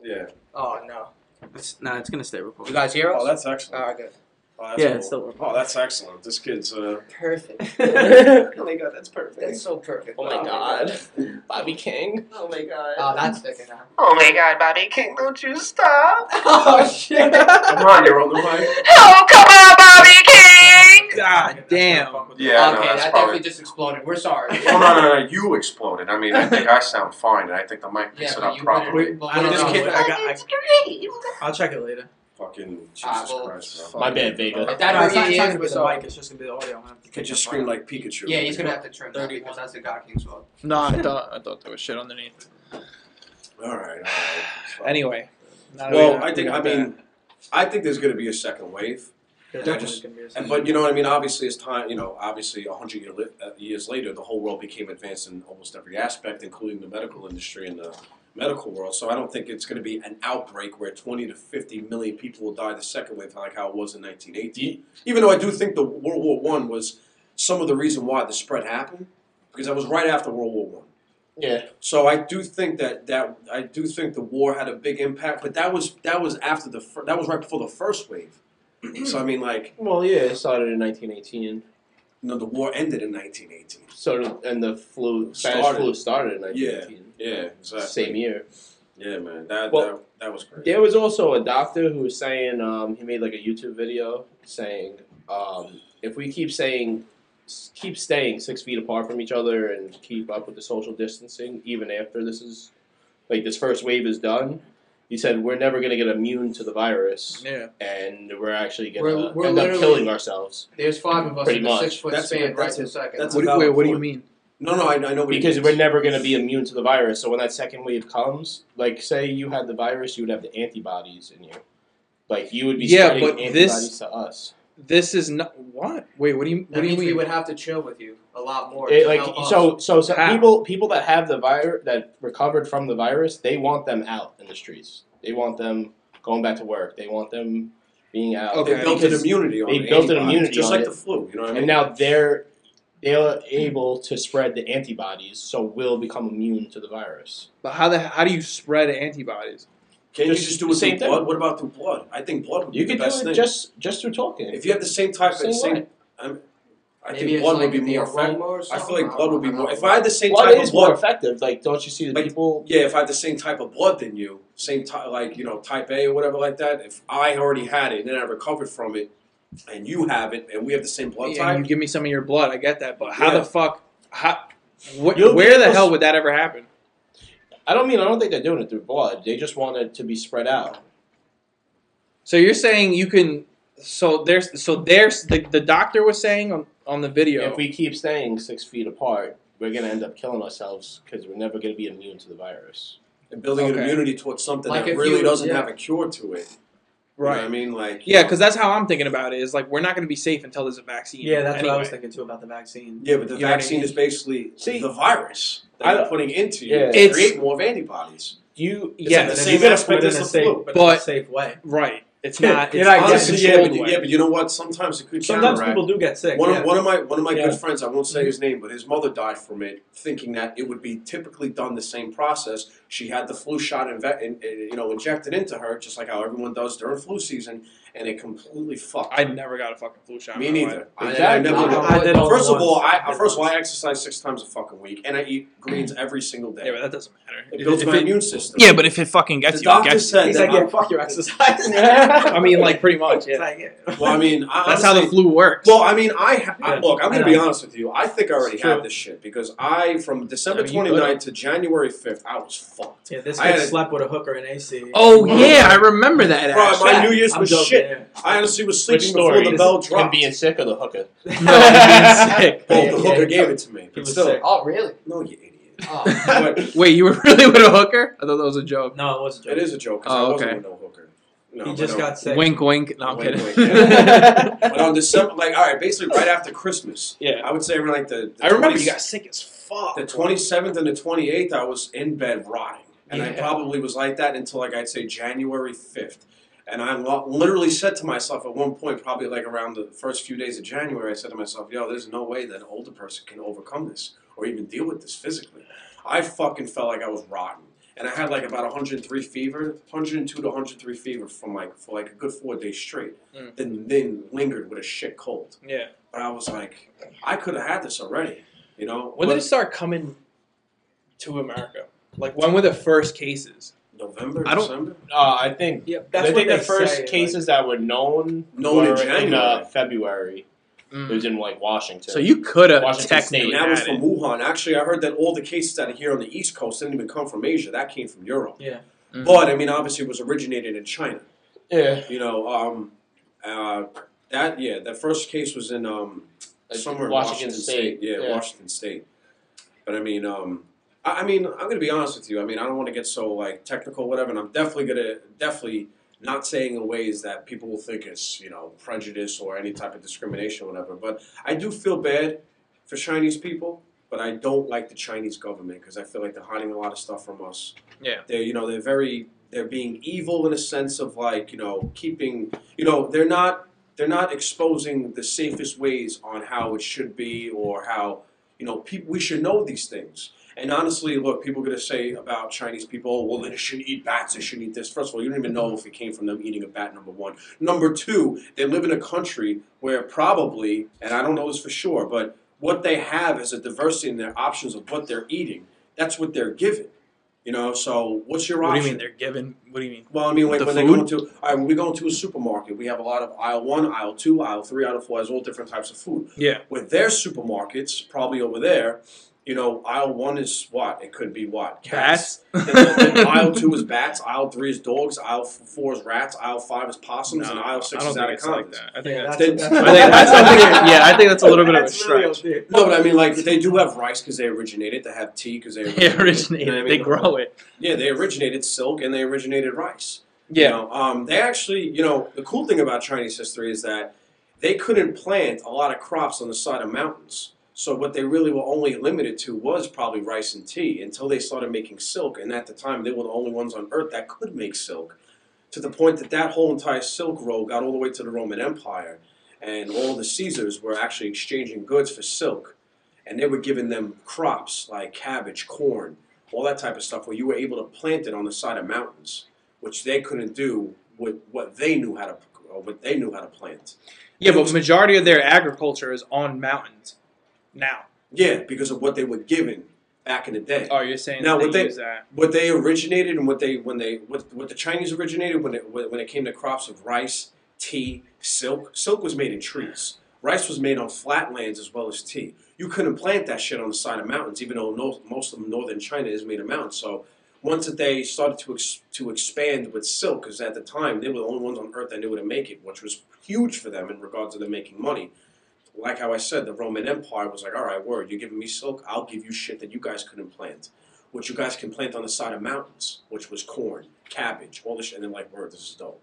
Yeah.
Oh no.
It's, nah, it's gonna stay
You
recorded.
guys hear us?
Oh, that's
all
excellent.
right, good.
Oh, that's
yeah,
cool.
it's still
Oh, that's excellent. This kid's uh,
Perfect.
Oh my god, that's perfect.
That's so perfect.
Oh my God.
Bobby King.
oh my god.
Oh, that's sticking out.
oh my god, Bobby King, don't you stop.
oh shit.
come on, you're on the mic.
Oh, come on, Bobby King!
God damn.
Yeah, no,
okay,
that's
that
probably.
definitely just exploded. We're sorry.
Well, no, no, no, you exploded. I mean, I think I sound fine, and I think the mic
Yeah,
picks it
but
up
you
properly.
wouldn't- but
I
we
don't
don't
know.
know.
I got. I,
great!
I'll check it later.
Fucking Jesus
Ah, well,
Christ, bro.
My bad, Vega.
If that
no, it's not,
really
it's not
is
gonna be the
bizarre-
mic. It's just gonna be the audio. I'm gonna have to
You could
take
just
my
scream
phone.
like Pikachu.
Yeah, he's gonna have to trim that because that's the God King's fault.
No, I thought I thought there was shit underneath.
All right, all right.
Anyway. now that
Well,
we-
I think I mean, I think there's gonna be a second wave,
There's
Don't
definitely
just-
gonna be a
and,
second.
but you know what I mean. Obviously, it's time. You know, obviously, hundred year li- uh, years later, the whole world became advanced in almost every aspect, including the medical industry and the medical world. So I don't think it's gonna be an outbreak where twenty to fifty million people will die the second wave, like how it was in nineteen eighteen. Even though I do think the World War One was some of the reason why the spread happened, because that was right after World War One.
Yeah.
So I do think that that I do think the war had a big impact, but that was that was after the fir- that was right before the first wave. so I mean, like
Well, yeah, it started in 1918.
you know, the war ended in 1918.
So did, and the flu, Spanish
Started.
flu started in
Yeah.
1918.
Yeah, exactly.
Same year.
Yeah, man, that
Well-
that, that was crazy.
There was also a doctor who was saying um, he made like a YouTube video saying um, if we keep saying keep staying six feet apart from each other and keep up with the social distancing even after this is like this first wave is done, he said we're never gonna get immune to the virus
Yeah.
and we're actually gonna
We're- we're
end up
literally-
killing ourselves
There's five of us
Pretty
in a
much.
six foot
That's a-
span right
that's a-
this second.
that's
What do,
a
you- wait,
valid
what do you
point.
mean?
No, no, I, I know what he
because
means.
we're never gonna be immune to the virus. So when that second wave comes, like say you had the virus, you would have the antibodies in you. Like you would be
Yeah,
spreading
but this-
antibodies to us.
This is not what? Wait, what do you
That
what do you
means we
mean?
would have to chill with you a lot more.
It,
to
like
help us.
so, so some
How?
people people that have the virus that recovered from the virus, they want them out in the streets. They want them going back to work. They want them being out.
they
Okay.
built an
Because-
immunity on
they
the
built an
antibodies,
immunity
just
on
like
it.
the flu. You know what I mean?
and now they're they're able to spread the antibodies, so will become immune to the virus.
But how the how do you spread antibodies?
Can you
just
just do it
the
through
same thing.
blood? What about through blood? I think blood would
You
be
could
the
do
best
it
thing.
just just through talking.
if you have the same type
Same
of same,
way.
I'm, I
Maybe
think
it's
blood
like
would be
the
more
aroma
effective.
or
I feel
something.
like blood would be
don't
more. If
know.
I had the same
blood
type
is
of blood,
more effective. Like, don't you see the
Like-
people?
Yeah, if I had the same type of blood than you, same type, like you know, type A or whatever like that. If I already had it and then I recovered from it, and you have it, and we have the same blood
Yeah,
type,
you give me some of your blood, I get that, but how
Yeah.
the fuck how what,
You'll be
where the
able to
hell
s-
would that ever happen?
I don't mean I don't think they're doing it through blood. They just want it to be spread out.
So you're saying you can so there's so there's the, the doctor was saying on, on the video
If we keep staying six feet apart, we're gonna end up killing ourselves because we're never gonna be immune to the virus.
and building an
Okay.
immunity towards something
Like
that
if
really
you-
doesn't
yeah.
have a cure to it. You know what
right.
I mean, like you
Yeah,
know-
because that's how I'm thinking about it. Is like we're not going to be safe until there's a vaccine.
Yeah, that's what I was
Anyway.
thinking too about the vaccine.
yeah, but the
You know what I
vaccine
mean?
is basically
See-
the virus that
I-
you're putting into you
Yeah.
to
It's-
create more of antibodies.
You
It's
Yeah,
like the
But
it's-
then
same
you gotta
aspect
put it
as
in a
the
safe,
flu.
but in a
But-
safe way.
right. It's not.
Yeah,
It's
I guess
honestly,
Honestly,
yeah,
yeah, but, yeah, but you know what? Sometimes it could
Sometimes
counteract.
people do get sick.
One
yeah.
of, one of my one of my
Yeah.
good friends, I won't say his name, but his mother died from it, thinking that it would be typically done the same process. She had the flu shot, inve- in, in- you know, injected into her, just like how everyone does during flu season, and it completely fucked.
I never got a fucking flu shot. in
Me
my
neither. I, I
Exactly.
never
I-
got-
I did it
first of all,
once.
I I- first of all I exercise six times a fucking week, and I eat greens every single
life. Yeah,
day.
but that doesn't matter.
It
If-
builds
if
my
it-
immune system.
yeah, but if it fucking gets
the
you, it
doctor
gets you.
said
He's
that
like, yeah,
I'm-
fuck your exercise.
I mean, like pretty much.
It's
Yeah.
like, yeah.
Well, I mean, I
That's how the
honestly-
flu works.
Well, I mean, I, ha- I
Yeah,
look. I'm
I
going to be
know.
honest with you. I think I already
It's true.
had this shit because I, from December
I mean, you
29th to January 5th, I was fucked.
yeah, this
I
kid
had a-
slept with a hooker in AC.
oh yeah, I remember that.
Bro,
Ash.
my New Year's
I'm
was
joking,
shit.
yeah.
I honestly was
Which
sleeping before
story?
the bell
Is him
dropped.
being sick or the hooker?
No, being sick.
Well,
Yeah,
the
yeah,
hooker
yeah.
gave it to me.
He
But
was
still,
sick.
Oh, really?
no, you idiot.
Oh.
But
Wait, you were really with a hooker? I thought that was a joke.
No, it was a joke.
it is a joke because
Oh,
I wasn't
okay.
with no hooker. No,
He
but
just
no.
got sick.
Wink, wink. No, I'm
Wink,
kidding.
wink, yeah. But on December, like, all right, basically right after Christmas,
yeah.
I would say around like the. the
I remember
20
you got sick as fuck.
the 27th and the 28th i was in bed rotting and i
Yeah.
probably was like that until like i'd say january 5th and i lo- literally said to myself at one point probably like around the first few days of january i said to myself yo there's no way that an older person can overcome this or even deal with this physically i fucking felt like i was rotten and i had like about 103 fever 102 to 103 fever from like for like a good four days straight
Mm.
then then lingered with a shit cold
Yeah.
but i was like i could have had this already you know
When
But
did it start coming to America? Like when were the first cases?
november
I don't-
december
Uh, I think.
Yep,
I think the
they
first
say, like-
cases that were known
Known in
were
January.
uh, February. It was in like Washington.
Mm. So you could have
Washington
technically
State.
And that was
had
from
it.
Wuhan. Actually, I heard that all the cases out of here on the East Coast didn't even come from Asia. That came from Europe.
Mhm.
But I mean, obviously, it was originated in China.
yeah,
You know, um, uh, that yeah, the first case was in um, somewhere in
Washington
Washington
State,
Yeah,
yeah.
Washington State. But I mean, um, I, I mean, I'm gonna be honest with you. I mean, I don't want to get so like technical, whatever. And I'm definitely gonna definitely not saying in ways that people will think is you know prejudice or any type of discrimination, or whatever. But I do feel bad for Chinese people, but I don't like the Chinese government because I feel like they're hiding a lot of stuff from us.
Yeah.
they're you know they're very they're being evil in a sense of like you know keeping you know they're not they're not exposing the safest ways on how it should be or how you know people we should know these things. And honestly, look, people are gonna say about Chinese people, oh, well, they shouldn't eat bats, they shouldn't eat this. First of all, you don't even know if it came from them eating a bat. Number one. Number two, they live in a country where probably, and I don't know this for sure, but what they have is a diversity in their options of what they're eating. That's what they're given. You know, so what's your
What do
option?
you mean they're given? What do you mean?
Well, I mean, like
The
when they go to, all right, when we go into a supermarket, we have a lot of aisle one, aisle two, aisle three, aisle four, has all different types of food.
Yeah.
With their supermarkets, probably over there, you know, aisle one is what? It could be what?
Cats.
And then- then aisle two is bats, aisle three is dogs, aisle f- four is rats, aisle five is possums, and aisle six
I don't
is
think it's like
anacondas.
that. I think
Yeah,
that's.
that's-
Then-
I think that's something. Yeah, I think that's a little bit of a
That's really
stretch.
out
No, but I mean, like they do have rice because they originated. They have tea because they
They
originated. You know what I
originated.
mean?
They grow it.
Yeah, they originated silk and they originated rice. You
Yeah.
know, um, they actually, you know, the cool thing about Chinese history is that they couldn't plant a lot of crops on the side of mountains. So what they really were only limited to was probably rice and tea until they started making silk. And at the time, they were the only ones on earth that could make silk. To the point that that whole entire Silk Road got all the way to the Roman Empire, and all the Caesars were actually exchanging goods for silk, and they were giving them crops like cabbage, corn, all that type of stuff, where you were able to plant it on the side of mountains which they couldn't do with what they knew how to or what they knew how to plant.
Yeah, but majority of their agriculture is on mountains now.
Yeah, because of what they were given back in the day.
Oh, you're saying
Now,
that
what
they
they-
use that?
What they originated and what they when they what, what the Chinese originated when it when it came to crops of rice, tea, silk. Silk was made in trees. Rice was made on flatlands as well as tea. You couldn't plant that shit on the side of mountains, even though no, most of northern China is made of mountains. So once that they started to ex, to expand with silk, because at the time they were the only ones on earth that knew how to make it, which was huge for them in regards to them making money. like how I said, the Roman Empire was like, all right, word, you're giving me silk, I'll give you shit that you guys couldn't plant. What you guys can plant on the side of mountains, which was corn, cabbage, all this shit. And then, like, word, this is dope.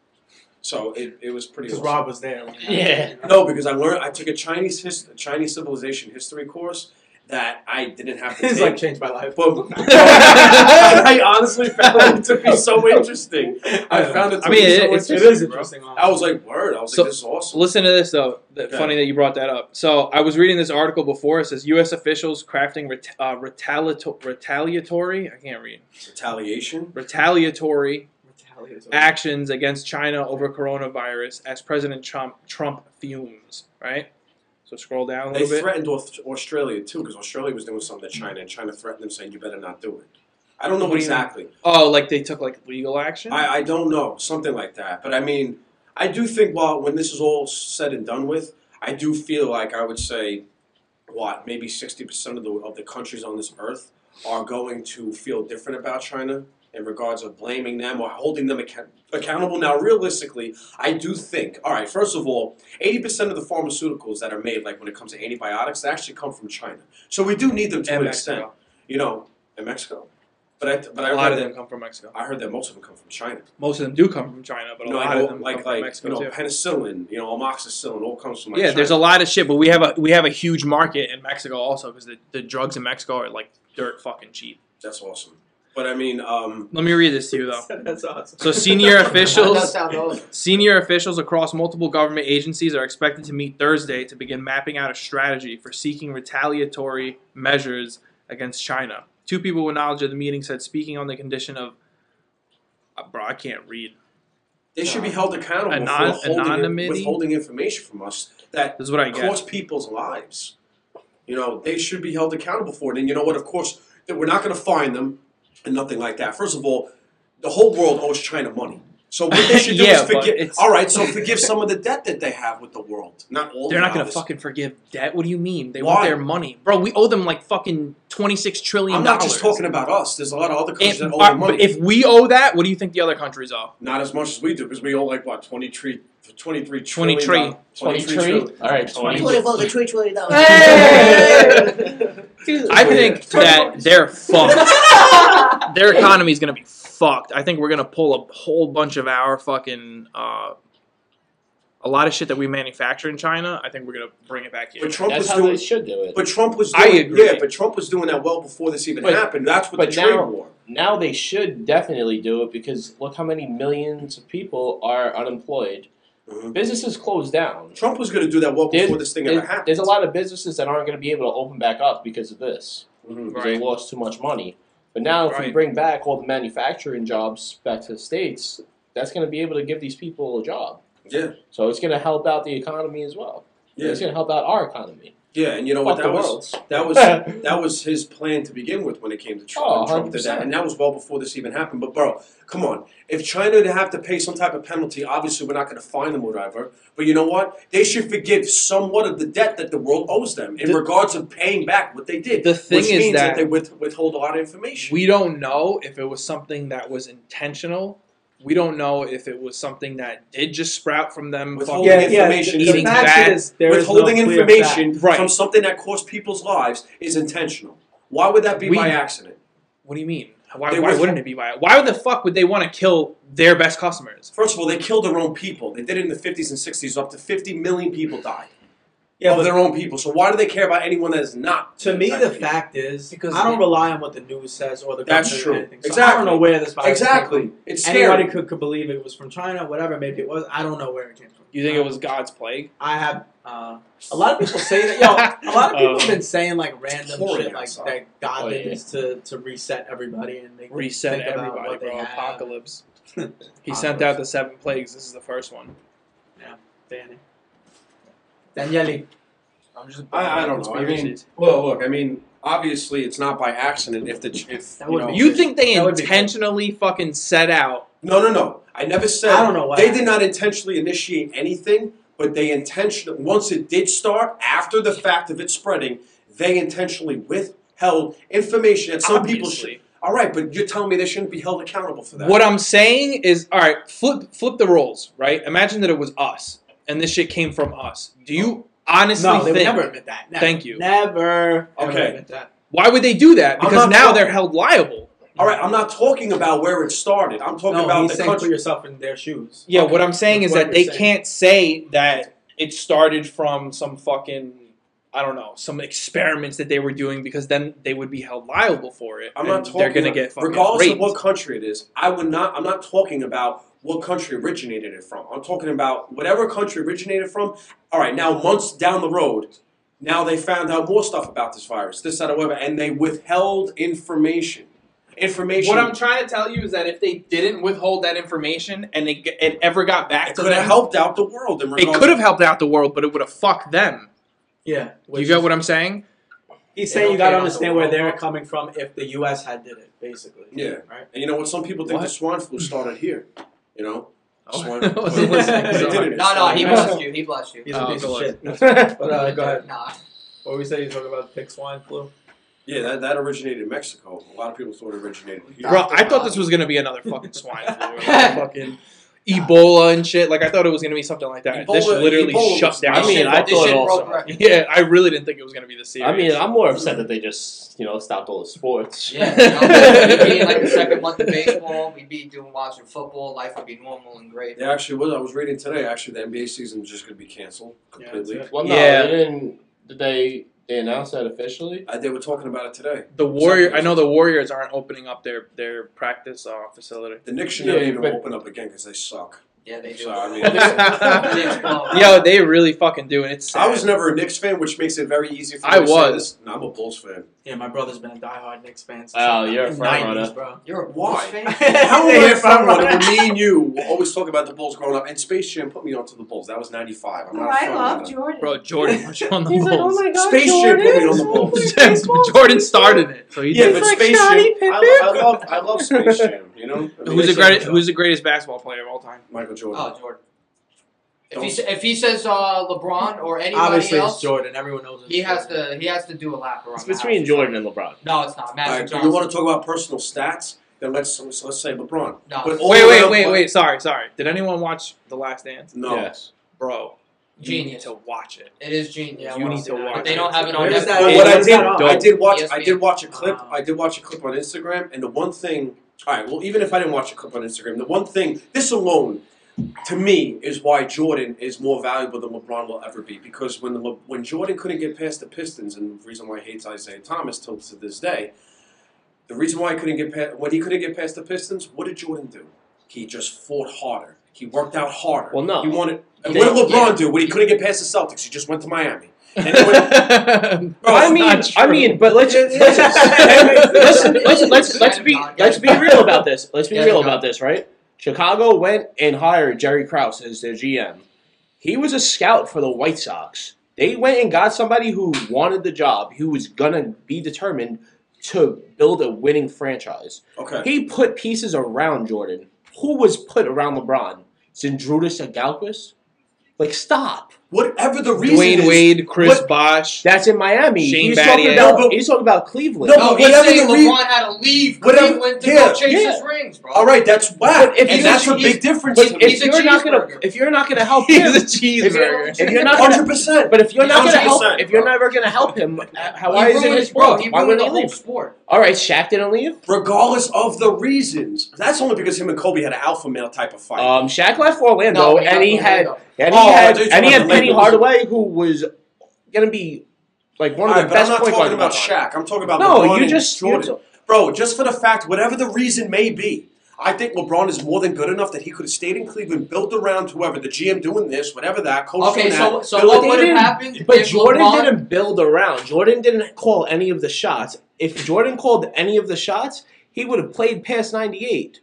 So it, it was pretty
Because
awesome.
Rob was there.
Yeah.
No, because I learned, I took a Chinese his, Chinese civilization history course that I didn't have to
He's
take.
like changed my life.
but I honestly found it to be so interesting. I found it to
I mean,
be
it-
so
it's-
interesting.
it is interesting.
I was like, word, I was
So-
like, this is awesome.
Listen to this though. The,
Okay.
Funny that you brought that up. So I was reading this article before. It says U.S. officials crafting ret- uh, retaliato- retaliatory. I can't read.
Retaliation?
Retaliatory actions against China over coronavirus as President Trump Trump fumes. Right. So scroll down a
They
little bit.
threatened Auth- Australia too, because Australia was doing something to China, and China threatened them, saying, "You better not do it." I don't know
What do you mean?
exactly.
oh, like they took like legal action.
I, I don't know something like that. But I mean, I do think while when this is all said and done with, I do feel like I would say, what maybe sixty percent of the of the countries on this earth are going to feel different about China in regards of blaming them or holding them account- accountable. Now, realistically, I do think. All right, first of all, eighty percent of the pharmaceuticals that are made, like when it comes to antibiotics, they actually come from China. So we do need them to
And
an
Mexico.
extent, you know, in Mexico. But I but I
a lot
heard
of
that-
them come from Mexico.
I heard that most of them come from China
Most of them do come from China, but a
no,
lot
I know,
of them
like
come
like
from Mexico
you know
too.
penicillin, you know amoxicillin, all comes from like
yeah,
China.
there's a lot of shit, but we have a we have a huge market in Mexico also because the, the drugs in Mexico are like dirt fucking cheap.
That's awesome. But I mean, um,
Let me read this to you though.
That's awesome.
So senior
That
officials
does sound awesome.
Senior officials across multiple government agencies are expected to meet Thursday to begin mapping out a strategy for seeking retaliatory measures against China. Two people with knowledge of the meeting said, speaking on the condition of, uh, bro, I can't read.
they should be held accountable
Anon-
for holding,
anonymity?
withholding information from us that
This is what I get.
cost people's lives. You know, they should be held accountable for it. And you know what? Of course, that we're not going to fine them and nothing like that. First of all, the whole world owes China money. So what they should do
Yeah,
is
but
forgive.
it's-
All right, so forgive some of the debt that they have with the world. Not all.
They're not going to
to
fucking forgive debt. What do you mean? They
Why?
want their money. Bro, we owe them like fucking $26 trillion.
I'm not just talking about us. There's a lot of other countries that
If,
owe them money.
but if we owe that, what do you think the other countries owe?
Not as much as we do because we owe like what 23 23
23.
trillion dollars- 23 trillion.
All right,
I think that they're fucked. their economy is going to be fucked. I think we're going to pull a whole bunch of our fucking uh, a lot of shit that we manufacture in China. I think we're going to bring it back here.
But Trump
That's
was
how
doing
they should do it.
but Trump was doing
I agree.
yeah, but Trump was doing that well before this even
But-
happened. That's what
but
the trade
now-
war.
Now they should definitely do it because look how many millions of people are unemployed.
Mhm.
Businesses close down.
Trump was going to do that well
There's-
before this thing ever
There's,
happened.
there's a lot of businesses that aren't going to be able to open back up because of this.
Mhm.
because they lost too much money. But now, if
Right.
we bring back all the manufacturing jobs back to the states, that's going to be able to give these people a job.
Yeah.
So it's going to help out the economy as well.
Yeah.
It's going to help out our economy.
Yeah, and you know what
Fuck
that
the
was
world's.
that was that was his plan to begin with when it came to Trump.
Oh,
and Trump did that,
100%.
and that was well before this even happened. But bro, come on, if China to have to pay some type of penalty, obviously we're not going to fine them or whatever. But you know what? They should forgive somewhat of the debt that the world owes them in
The-
regards of paying back what they did.
The thing
which
is
means
that-
they with, withhold a lot of information.
We don't know if it was something that was intentional. We don't know if it was something that did just sprout from them.
Withholding
fucking-
Yeah, yeah,
information,
the-
is
eating
The fact
bad-
is, there is no
withholding
clear
information
fact. Right.
from something that cost people's lives is intentional. Why would that be
We-
by accident?
What do you mean? Why,
They
why
were-
wouldn't it be? Why? Why would the fuck would they want to kill their best customers?
First of all, they killed their own people. They did it in the 50s and 60s. Up to 50 million people died
Yeah,
of
but
their own people. So why do they care about anyone that is not?
to me, the
Exactly.
fact is,
Because-
I don't rely on what the news says or the
That's
government
true.
or anything. So I
Exactly.
don't know where this virus came
Exactly. It's
from.
scary.
Anybody could, could believe it was from China, whatever. Maybe it was. I don't know where it came from.
You think it was God's plague?
I have. Uh, a lot of people say that. Yo, a lot of people
Um,
have been saying like random
pouring
shit like
outside.
that God did this to, to reset everybody and make them
Oh, Reset
think about
everybody,
what they
bro.
have.
Apocalypse. He sent out the seven plagues. This is the first one.
Danny. Daniele.
I'm just
I, I don't know. I mean, well, look. I mean, obviously, it's not by accident. If the if
That
you
would
know,
be-
You think they
That would be-
intentionally fucking set out?
no, no, no. I never said.
I don't know why.
They did not intentionally initiate anything, but they intentionally once it did start after the fact of it spreading, they intentionally withheld information that some people should.
obviously.
All right, but you're telling me they shouldn't be held accountable for that.
What I'm saying is, all right, flip flip the roles, right? Imagine that it was us, and this shit came from us. Do you honestly
No, they would
think?
never admit that. Never.
Thank you.
Never. ever
Okay.
admit that.
Why would they do that?
I'm
Because
not
now
talking-
they're held liable.
All right, I'm not talking about where it started. I'm talking
no,
about
he's
the
saying
country.
put yourself in their shoes.
Yeah, what I'm saying is
That's
that
what
they
you're saying.
can't say that it started from some fucking I don't know some experiments that they were doing because then they would be held liable for it.
I'm
and
not talking.
They're gonna get fucking
regardless
raped.
of what country it is. I would not. I'm not talking about what country originated it from. I'm talking about whatever country originated from. All right, now months down the road, now they found out more stuff about this virus, this that, or whatever, and they withheld information. information.
What I'm trying to tell you is that if they didn't withhold that information and it, g- it ever got back
it
to
could have
them,
helped out the world. In
it
regards
could have helped out the world, but it would have fucked them.
Yeah.
Do you get what I'm saying?
He's
They
saying
don't
you got
care
to
about the
understand where
world.
they're coming from if the U.S. had did it, basically.
Yeah.
Right.
And you know what? Some people think
What?
the swine flu started here. You know.
Oh.
Swine-
I wasn't listening.
They did it.
No, no, he blessed you. He blessed you.
He's a
Oh,
piece
go
of
on.
shit. but uh,
Nah,
go ahead.
Nah.
What were we saying? You talking about pig swine flu?
Yeah, that, that originated in Mexico. A lot of people thought it originated here.
Bro, I thought this was gonna be another fucking swine flu, or like fucking Ebola and shit. Like I thought it was gonna be something like that. this
Ebola-
literally
Ebola was-
shut down.
I mean, I
this
thought
shit
also.
broke records.
yeah, I really didn't think it was gonna be this serious.
I mean, I'm more upset that they just you know stopped all the sports.
Yeah, you know, we beat like the second month of baseball. We'd be doing watching football. Life would be normal and great.
They actually was. I was reading today. Actually, the NBA season is just going to be canceled completely.
Well, no,
Yeah.
they didn't. Did they? They announced that officially.
I, they were talking about it today.
the warrior. I know the Warriors aren't opening up their their practice uh, facility.
The Knicks should
Yeah,
never even
but-
open up again because they suck.
Yeah, they do.
So, I mean-
They Oh, explode.
Yo, they really fucking do, and it's. Sad.
I was never a Knicks fan, which makes it very easy for
I
me to say
was.
this. No, I'm a Bulls fan.
Yeah, my brother's been a diehard Knicks fan. Since
Oh,
like
you're a
the
front
90s,
runner.
bro.
You're a
Why?
Bulls fan.
How am
You're
I
a
a front runner
runner.
when me and you will always talk about the Bulls growing up? And Space Jam put me onto the Bulls. That was 95. I'm not a front runner.
Jordan.
bro. Jordan was on the
He's
Bulls.
like, oh my god,
Space Jam
Jordan.
put me on the Bulls.
Jordan started it, so he
Yeah,
did.
but
like
Space
Scottie
Jam.
Pippen.
I, lo- I love, I love Space Jam. You know, I mean,
Who's the
it's
greatest?
Michael
Who's the greatest basketball player of all time?
Jordan. Michael Jordan?
Oh, Jordan. If he, s- if he says uh, LeBron or anybody
Obviously,
else,
it's Jordan. Everyone knows it's
he has
Jordan.
to he has to do a lap around.
It's
the
between
house.
Jordan and LeBron.
No, it's not.
All
Magic
right, but
Johnson.
you want to talk about personal stats? Then let's let's, let's say LeBron.
No.
But all
Wait, wait,
around-
wait, wait. Sorry, sorry. Did anyone watch The Last Dance?
No,
Yes.
Bro, you need
Genius.
to watch it.
It is genius.
Yeah, I
you
wanna
need
see
to
that.
watch
But they don't have it on
Where
Netflix. E
is that?
But
Where
what I
is
did,
that on?
I did watch, I did watch a clip.
Oh.
Wow.
I did watch a clip on Instagram, and the one thing. All right, well, even if I didn't watch a clip on Instagram, the one thing, this alone, to me, is why Jordan is more valuable than LeBron will ever be. Because when the, Le- when Jordan couldn't get past the Pistons, and the reason why he hates Isaiah Thomas till to this day, the reason why he couldn't get past when he couldn't get past the Pistons, what did Jordan do? He just fought harder. He worked out harder.
Well, no.
He wanted. And
They-
what did LeBron
yeah.
do when he couldn't get past the Celtics? He just went to Miami. And then when- Bro,
I
it's
mean,
not
I
true.
mean, but let's just, let's,
Yeah.
listen, let's, let's, let's be let's be real about this. Let's be
Yeah,
real
no.
about this, right? Chicago went and hired Jerry Krause as their GM. He was a scout for the White Sox. They went and got somebody who wanted the job, who was gonna be determined to build a winning franchise.
okay.
He put pieces around Jordan. Who was put around LeBron? Zindrunas Agalquist? Like, stop.
Whatever the reason
Dwayne
is,
Wade, Chris
what-
Bosh.
That's in Miami.
Shane
he's
Battier.
talking
No,
about
but-
he's talking about Cleveland.
No,
No,
but
he's
whatever
saying
the
LeBron
re-
had to leave
whatever-
Cleveland to
yeah,
go chase
yeah.
his rings, bro.
All right, that's whack,
But if
and
you-
that's a
he's-
big difference.
But
to me.
if
He's a
you're not gonna
cheeseburger.
if you're not gonna help
He's
him,
a
if you're,
cheeseburger.
if you're not gonna,
hundred percent.
but if you're not gonna help,
100%,
if you're
bro.
never gonna help him, uh, how
He
why is it
ruined-
his
bro,
fault?
He
Why
ruined
would
the
he
whole
leave?
sport.
All right, Shaq didn't leave.
regardless of the reasons, that's only because him and Kobe had an alpha male type of fight.
Um, Shaq left for Orlando,
No, he
and he
left
had
Orlando.
and
Oh,
he
I
had
thought you were
and he
talking
had
about the
Penny
Lakers.
Hardaway, who was gonna be like one
All
of
right,
the
but I'm
best
not
point guards
talking
of
about
all time.
Shaq. I'm talking about
No,
LeBron
you
and
just
Jordan.
you
Bro, just for the fact, whatever the reason may be, I think LeBron is more than good enough that he could have stayed in Cleveland, built around whoever the GM doing this, whatever that coach
Okay,
doing
so
that.
so
Bill-
what
they
would have
didn't-
happened
But
if
Jordan
LeBron
didn't build around. Jordan didn't call any of the shots. If Jordan called any of the shots, he would have played past 98.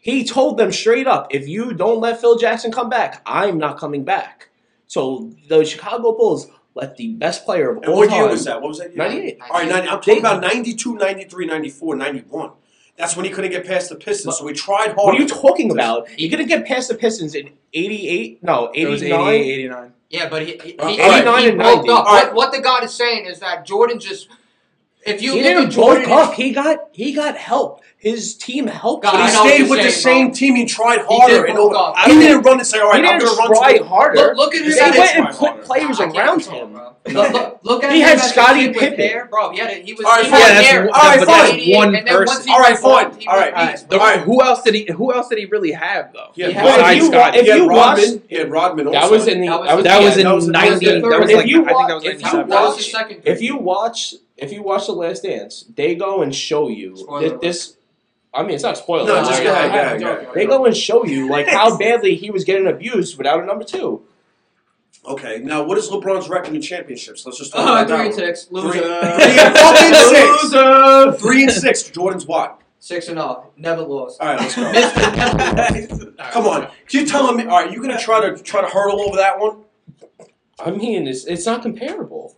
He told them straight up, if you don't let Phil Jackson come back, I'm not coming back. So the Chicago Bulls let the best player of
and
all
what
time.
year was that? What was that? year?
98.
All right, 90, I'm talking about 92, 93, 94, 91. That's when he couldn't get past the Pistons, so he tried hard.
What are you talking about? He couldn't get past the Pistons in 88, no,
It was 88,
89.
89.
Yeah, but he, he, he,
Uh,
he,
alright.
he
89
broke
and
up.
90.
What, what the God is saying is that Jordan just. If you
He
look
didn't
at Jordan.
broke up. He got he got help. His team helped.
God,
him.
But
I
he
know what
stayed
you're
with the
saying,
same
bro.
team. He tried
He
harder.
did
and
broke
over.
up.
He didn't run and say, "All right,
he
I'm going
didn't
to run."
try
to the-"
harder.
Look, look at him
they
as
He
went
didn't
and
try
put
harder.
players
I can't
around
control
him.
Bro. Look, look, look at
He
him
had
as a
Scottie
kid with
Pippen.
hair, bro. He had a, he was.
Alright,
he
fine.
had
Yeah, that's-
hair.
all right,
He was
fine.
88,
One
and then once
person.
he
All right,
was old,
fine.
he
All
was
right, all
beast,
right.
bro.
The- Who else did he? Who else did he really have though?
Yeah,
Yeah.
Rodman-
But
Besides
if you, wa-
Scottie.
if
yeah,
you watch,
Rodman, yeah, Rodman. Also.
that was in
That was-
that was,
That
yeah,
was in
that was- that was
ninety.
the
That
third-
was,
if
like
you
I think
wa-
that was
if you
ninety
That
seven.
watch-
was the second.
If you watch, if you watch the Last Dance, they go and show you
Spoiler
thi-
alert.
this. I mean, it's not spoiler.
No,
alert.
just go ahead. Yeah, yeah, yeah.
They go and show you like how badly he was getting abused without a number two.
Okay, now what is LeBron's record in championships? Let's just talk
Uh,
about
three and
that.
six.
one.
Loser.
Three, three and fucking six. Three and six. Jordan's what?
Six and all. Never lost.
All right, let's go.
All right,
Come on. Can you tell me? All right, you gonna try to try to hurdle over that one?
I mean, it's it's not comparable.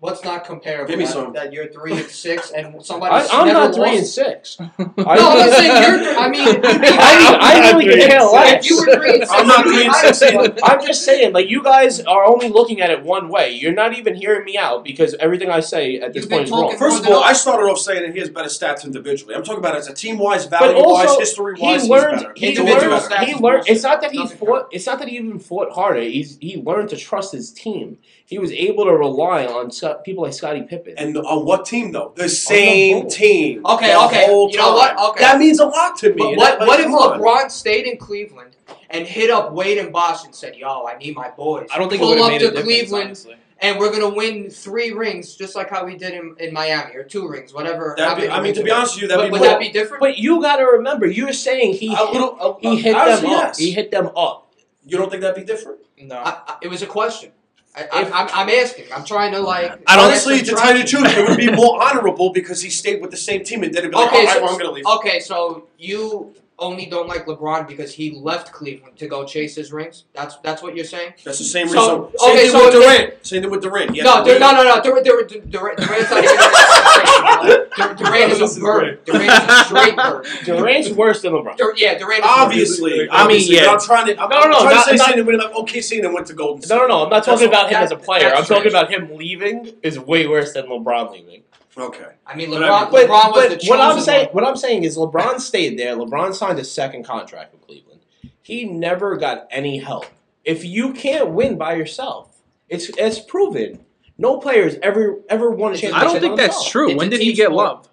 What's not comparable?
Give me
that-
some.
That you're three and six, and somebody.
I, I'm
never
not three and
lost-
six.
No, I'm saying you're. I mean,
I, I really could care
if
less.
you were three and 6
I'm not three and six
I'd-
either.
I'm just saying, like you guys are only looking at it one way. You're not even hearing me out because everything I say at this
You've
point
been
is wrong.
talking
First of all, I started off saying that he has better stats individually. I'm talking about as a team wise,
But
value wise,
also,
history
he
wise,
learned.
he's
He
better. Individual
Individual
better.
learned.
stats
He
is
learned.
bullshit.
It's not that he
Doesn't
fought. It's not that he even fought harder. He's he learned to trust his team. He was able to rely on Scott, people like Scottie Pippen.
And on what team though? The same
whole.
team.
Okay,
the
okay.
whole
You know what?
time.
Okay.
That means a lot to me.
But
And
what,
that-
what if
come on.
LeBron stayed in Cleveland and hit up Wade and Bosh and said, "Yo, I need my boys.
I don't think it would
pull up
have made
to
a difference.
Cleveland,
honestly.
and we're gonna win three rings, just like how we did in, in Miami, or two rings, whatever." how
That'd be,
many
I mean,
rings
to be
it was.
honest with you, that'd
would,
be
would
more.
that be different?
but you got to remember, you're saying he
a
hit,
little, a,
he hit
I would say
them up.
yes.
He hit them up.
You don't think that'd be different?
No.
I, I, it was a question. I, I,
If-
I'm, I'm asking. I'm trying to like.
I don't-
Honestly, to tell you the
Subtract-
truth, it would be more honorable because he stayed with the same team and didn't be like,
Okay,
all right,
so-
well, I'm going to leave.
Okay, so you only don't like LeBron because he left Cleveland to go chase his rings. That's that's what you're saying.
That's the same
So-
reason. Same
okay,
thing
so
with
if-
Durant. Same thing with Durant. Yeah,
no, Dur- no, no, no, Durant, Durant, Durant, Durant's not even. Dur- Durant
This
is
is
a bird. Durant is a straight bird.
Durant's worse than LeBron.
Dur- yeah, Durant is
Obviously,
I mean,
obviously, but
yeah.
I'm trying to. I'm,
No,
I'm
no,
trying
not-
to say
not-
something when like, okay, see, then went to Golden State.
No, no, no. I'm not talking
That's
about him
all.
as a player.
That's
I'm talking
trash.
about him leaving is way worse than LeBron leaving.
Okay.
I mean,
But
LeBron,
But,
LeBron was
but
the
what I'm
chosen
saying, what I'm saying is, LeBron stayed there. LeBron signed a second contract with Cleveland. He never got any help. If you can't win by yourself, it's it's proven. No players ever ever won a
It's a-
championship.
I don't
on
think that's
themselves.
true.
It's
When
a
did
team
he get
sport.
love?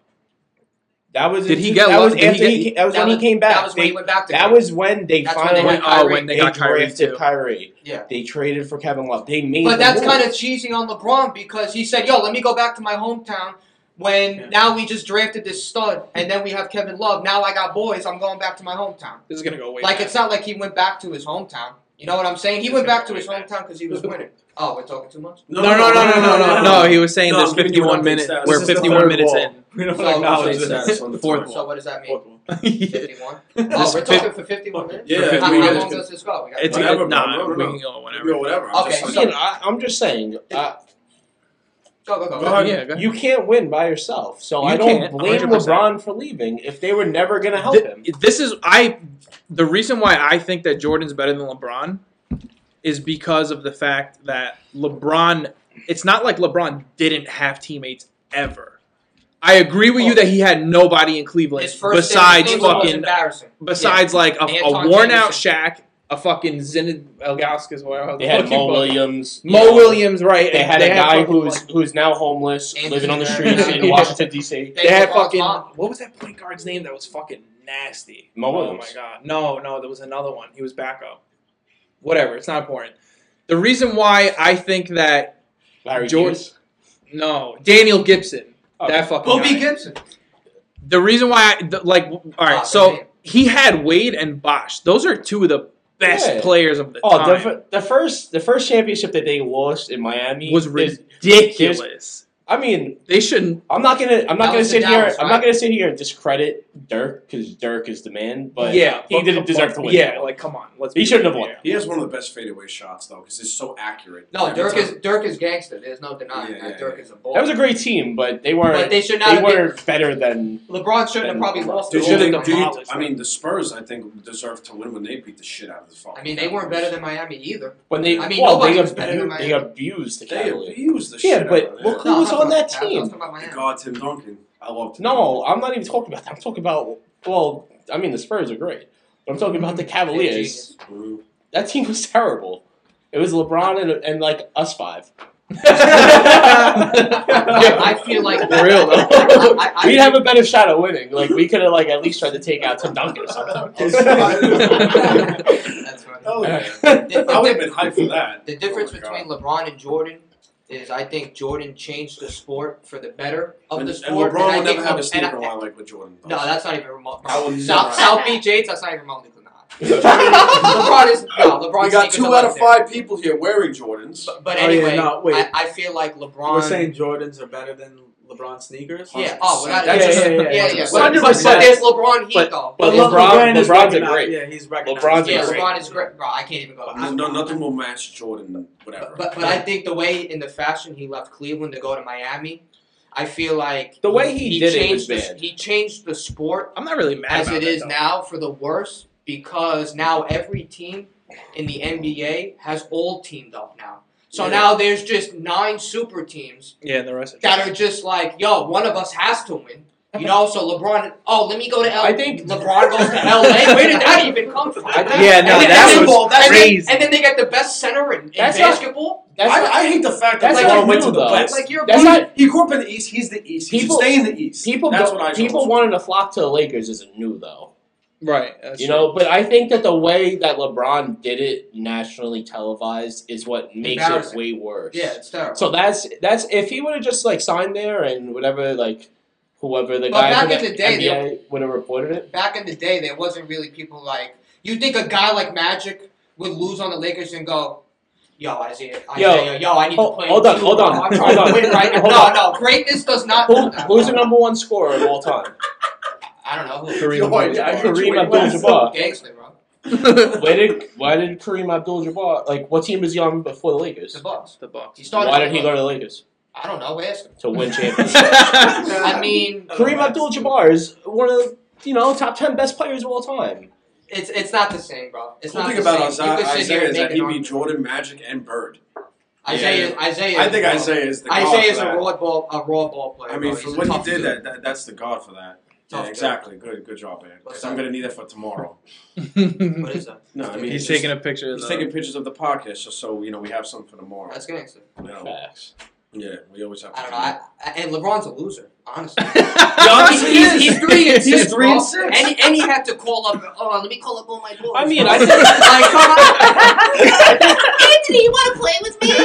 That was
Did
in
he
two-
get
that was
loved? Did he
after
get-
he came, that was
That
when
was-
he came back.
That was when
They-
he went back to
that
Cleveland.
was when they
That's when
finally
they went-
oh, when they got Kyrie,
drafted
too.
Kyrie.
Yeah.
They traded for Kevin Love. They made
But
the
that's
move.
kind of cheesing on LeBron because he said, "Yo, let me go back to my hometown." When
Yeah.
now we just drafted this stud, and then we have Kevin Love. Now I got boys. I'm going back to my hometown.
This is gonna go way.
Like
back.
it's not like he went back to his hometown. You know what I'm saying? He
He's
went
gonna
back
go
to his
way back.
hometown because he was winning. Oh, we're talking too much.
no, no, no, no, no, no, no, He was saying
No,
there's
I'm giving you
51
an update
minutes.
status.
We're
This is the
51
third
minutes
wall.
in. We don't
So,
acknowledge
update
this.
status on the
Fourth
timeline.
So
wall.
what does that mean?
Fourth one.
51. Oh, we're talking for 51 minutes.
Yeah,
For
How,
50
how
minutes.
long does this go? We got
It's
three-
Whatever,
good.
bro.
Nah,
No, no,
we
no.
can go
Or
whatever.
whatever. I'm
Okay,
just-
Again, I, I'm just saying. I,
go, go, go.
Go ahead.
Yeah, go ahead.
You can't win by yourself. So
You
I don't
can't,
blame
100%.
LeBron for leaving if they were never going to help
Th-
him.
This is I. The reason why I think that Jordan's better than LeBron is because of the fact that LeBron. It's not like LeBron didn't have teammates ever. I agree with you that he had nobody in Cleveland
His first day in
besides
Cleveland was
fucking
embarrassing.
besides like a, a
Anton
worn out
Jameson.
Shaq, a fucking Zined Elgauskas, whatever.
They had
Fucking
Mo
Mo
Williams. you
Mo
know,
Williams, right?
They
and
had a guy
fucking,
who's
like-
who's now homeless,
Anthony
living on the
Davis.
streets in
Yeah.
Washington D.C.
they had
David
fucking
Ross.
what was that point guard's name that was fucking nasty?
Mo
oh
Williams.
my god. No, no, there was another one. He was backup. Whatever, it's not important. The reason why I think that
Larry
Jordan-
Hughes.
no, Daniel Gibson.
Oh.
That fucking
Bobby
guy.
Gibson.
The reason why I the, like all right,
Ah,
so
man.
he had Wade and Bosch. Those are two of the best
Yeah.
players of the
Oh, the,
time.
fir- the first the first championship that they lost in Miami
was
is-
ridiculous.
I mean,
They shouldn't.
I'm not gonna I'm
That
not gonna
was
sit
the
here
Dallas,
I'm
right?
not gonna sit here and discredit Dirk because Dirk is the man, but
yeah,
he
but-
didn't deserve to win.
Yeah, like come on, let's.
He
be
shouldn't have
real
won.
here.
He has one of the best fadeaway shots though, because it's so accurate.
No,
Every
Dirk
time.
is Dirk is gangster. There's no denying
Yeah,
that
yeah,
Dirk
yeah.
is a ball.
that was a great team, but they weren't
but they should not
they
have been.
were better than
LeBron shouldn't have
than
probably
LeBron.
lost.
Do
to
you
They
Oakland.
should
think?
have
Do you,
demolished
I mean, the Spurs, I think, deserve to win when they beat the shit out of the fucking.
I mean, they weren't better than Miami either.
when they
I mean,
well,
nobody
they,
was better than
abused, they
Miami.
abused the
They
Cavaliers.
abused the
Yeah,
shit
but
out of
look
it.
who
No,
was
I'm talking
on
about
that
the Cavs, I'm
team?
talking about
The
Miami.
God Tim Duncan. I loved him.
No, I'm not even talking about that. I'm talking about well, I mean the Spurs are great, but I'm talking about the
Mm-hmm. They're
Cavaliers.
genius.
Mm.
That team was terrible. It was LeBron and, and like us five.
I feel like
For real though.
I- I-
We'd have a better shot at winning. Like we could have like at least tried to take out Tim Duncan or something.
That's right.
Oh yeah,
The,
I would have
the-
been hyped for that.
the difference
Oh, my God.
between LeBron and Jordan is, I think Jordan changed the sport for the better of
and,
the
and
sport.
LeBron
I
will
think
never have
Le- and
a
I-
sneaker line like with Jordan. does.
No, that's not even remote.
I would never-
South, South Beach Eights. That's not even remotely close.
LeBron
LeBron is no. LeBron.
we got two out of five people here wearing Jordans.
But, but
Oh, yeah,
anyway,
no, wait.
I, I feel like LeBron.
We're saying Jordans are better than LeBron sneakers.
Yeah. Oh, well,
Yeah,
that is
yeah,
just,
yeah, yeah.
yeah, yeah.
That's
But,
what I'm
but,
saying.
but there's LeBron Heat though.
But
LeBron-
is
LeBron's a
recognized-
great.
Yeah, he's recognized.
LeBron's a
yeah,
great.
LeBron is great. Bro, I can't even go.
No, nothing will match Jordan. Whatever.
But, but but I think the way in the fashion he left Cleveland to go to Miami, I feel like
The way he did it
changed
was
the,
bad.
He changed the sport
I'm not really mad
as
about
it
that,
is
though.
now for the worse because now every team in the NBA has all teamed up now. So
Yeah.
now there's just nine super teams
Yeah, and the rest of
that are just like, yo, one of us has to win. You know, so LeBron. Oh, let me go to L.
I think-
LeBron goes to LA. Where did that even come from?
I think-
Yeah, no,
and then,
that
and then-
was
and then-
crazy.
and then they get the best center in, in
That's not-
basketball.
That's
I,
not-
I hate the fact that
That's
LeBron
not
went
new,
to the
though.
West.
like you're
That's
he,
not-
he grew up in the East. He's the East. He
People-
should stay in the East.
People
That's
go-
what I
people
chose.
wanting to flock to the Lakers isn't new though.
Right. that's
you
true.
know, but I think that the way that LeBron did it nationally televised is what makes it
Embarrassing.
way worse.
Yeah, it's terrible.
So that's that's if he would have just like signed there and whatever like whoever the
But
guy
back
from
in the day,
NBA would have reported it.
back in the day, there wasn't really people like you think a guy like Magic would lose on the Lakers and go, "Yo, Isaiah, Isaiah, yo, I need
Hold-
to play."
hold
in
on,
two.
hold on,
I'm trying
hold
to
on.
win right now.
Hold
no,
on.
no, greatness does not.
Who,
do that.
who's the number one scorer of all time?
I don't know who.
Kareem
Oh, yeah, I get you
Abdul-Jabbar. Kareem
in West.
Abdul-Jabbar.
Gangster, bro.
Where did why did Kareem Abdul-Jabbar like what team was he on before the
The
Lakers?
Bucks.
the Bucks.
He started.
Why
with
did he
the
go to
Bucks.
the Lakers
I don't know. Ask him.
to win championships?
I mean,
Kareem Abdul-Jabbar is one of the you know top ten best players of all time.
it's it's not the same, bro. It's
The
not
cool thing
the
about
same. you
Isaiah,
could sit here
Isaiah
and
is
make
that he
an
beat
argument.
Jordan, Magic, and Bird.
Isaiah, Isaiah.
I think
is-
Isaiah is the god
Isaiah is a
for that.
raw ball, a raw ball player.
I mean,
bro.
for
He's a
what he
tough
did,
dude.
that, that that's the god for that.
Tough
Yeah,
dude.
exactly. Good good job, man. Because I'm gonna need that for tomorrow.
What is that?
No, I mean
He's
it's
taking a picture.
just- he's
of the-
taking pictures of the podcast, so, so you know we have something for tomorrow.
That's gangster.
You know,
Facts.
yeah, we always have. To
I don't
do
know. I, I, and LeBron's a loser, honestly.
honestly
he's,
is.
he's three and
He's
six.
three
bro.
and six.
And, he- and he had to call up. Hold on, let me call up all my boys.
I mean,
bro.
I think-
like, come on.
Anthony, you want to play with me?
Oh,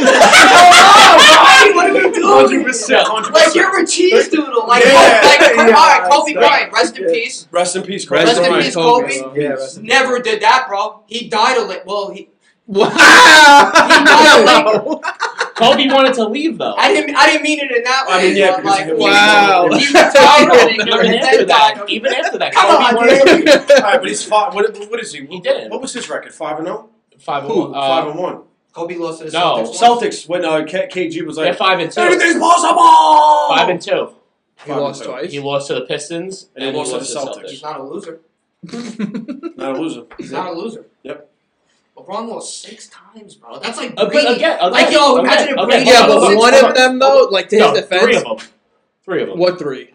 what are we doing?
Hundred percent. Hundred
Like
percent.
you're a cheese doodle. Like,
Yeah,
like, like
yeah,
all right, Kobe
exactly.
Bryant, rest in peace.
Rest in peace, Kobe.
Rest
Rest in
Bryant.
peace,
Kobe.
Kobe.
Yeah, rest in peace.
Never did that, bro. He died a lit. Well, he.
Wow!
Kobe wanted to leave though.
I didn't. I didn't mean it in that way.
I mean, yeah,
but,
because
like,
he was-
Wow.
He retired
No,
and
even
then
after
died.
that, even after that,
Come
Kobe
on,
wanted to
dude.
leave.
All right, but he's five. What, what is he?
He didn't.
What was his record? Five and zero.
Five and
Who?
one.
five
Uh,
and one.
Kobe lost to the
No,
Celtics. once.
Celtics when uh, K- KG was
they're
like
five and two.
everything's possible.
Five and two.
He lost
Five
twice.
He lost to the Pistons
And
and,
he lost
he
to the Celtics.
He's not a loser.
two. Not a loser.
He's not a loser.
Yep.
LeBron lost six times, bro. That's like
Uh, but
Brady.
again, again,
like yo,
again,
imagine if
again,
Brady.
hold
Yeah,
on, hold
but
on,
one
hold
of
on.
them though, like to his
No, three of
defense,
them. Three of them.
what three?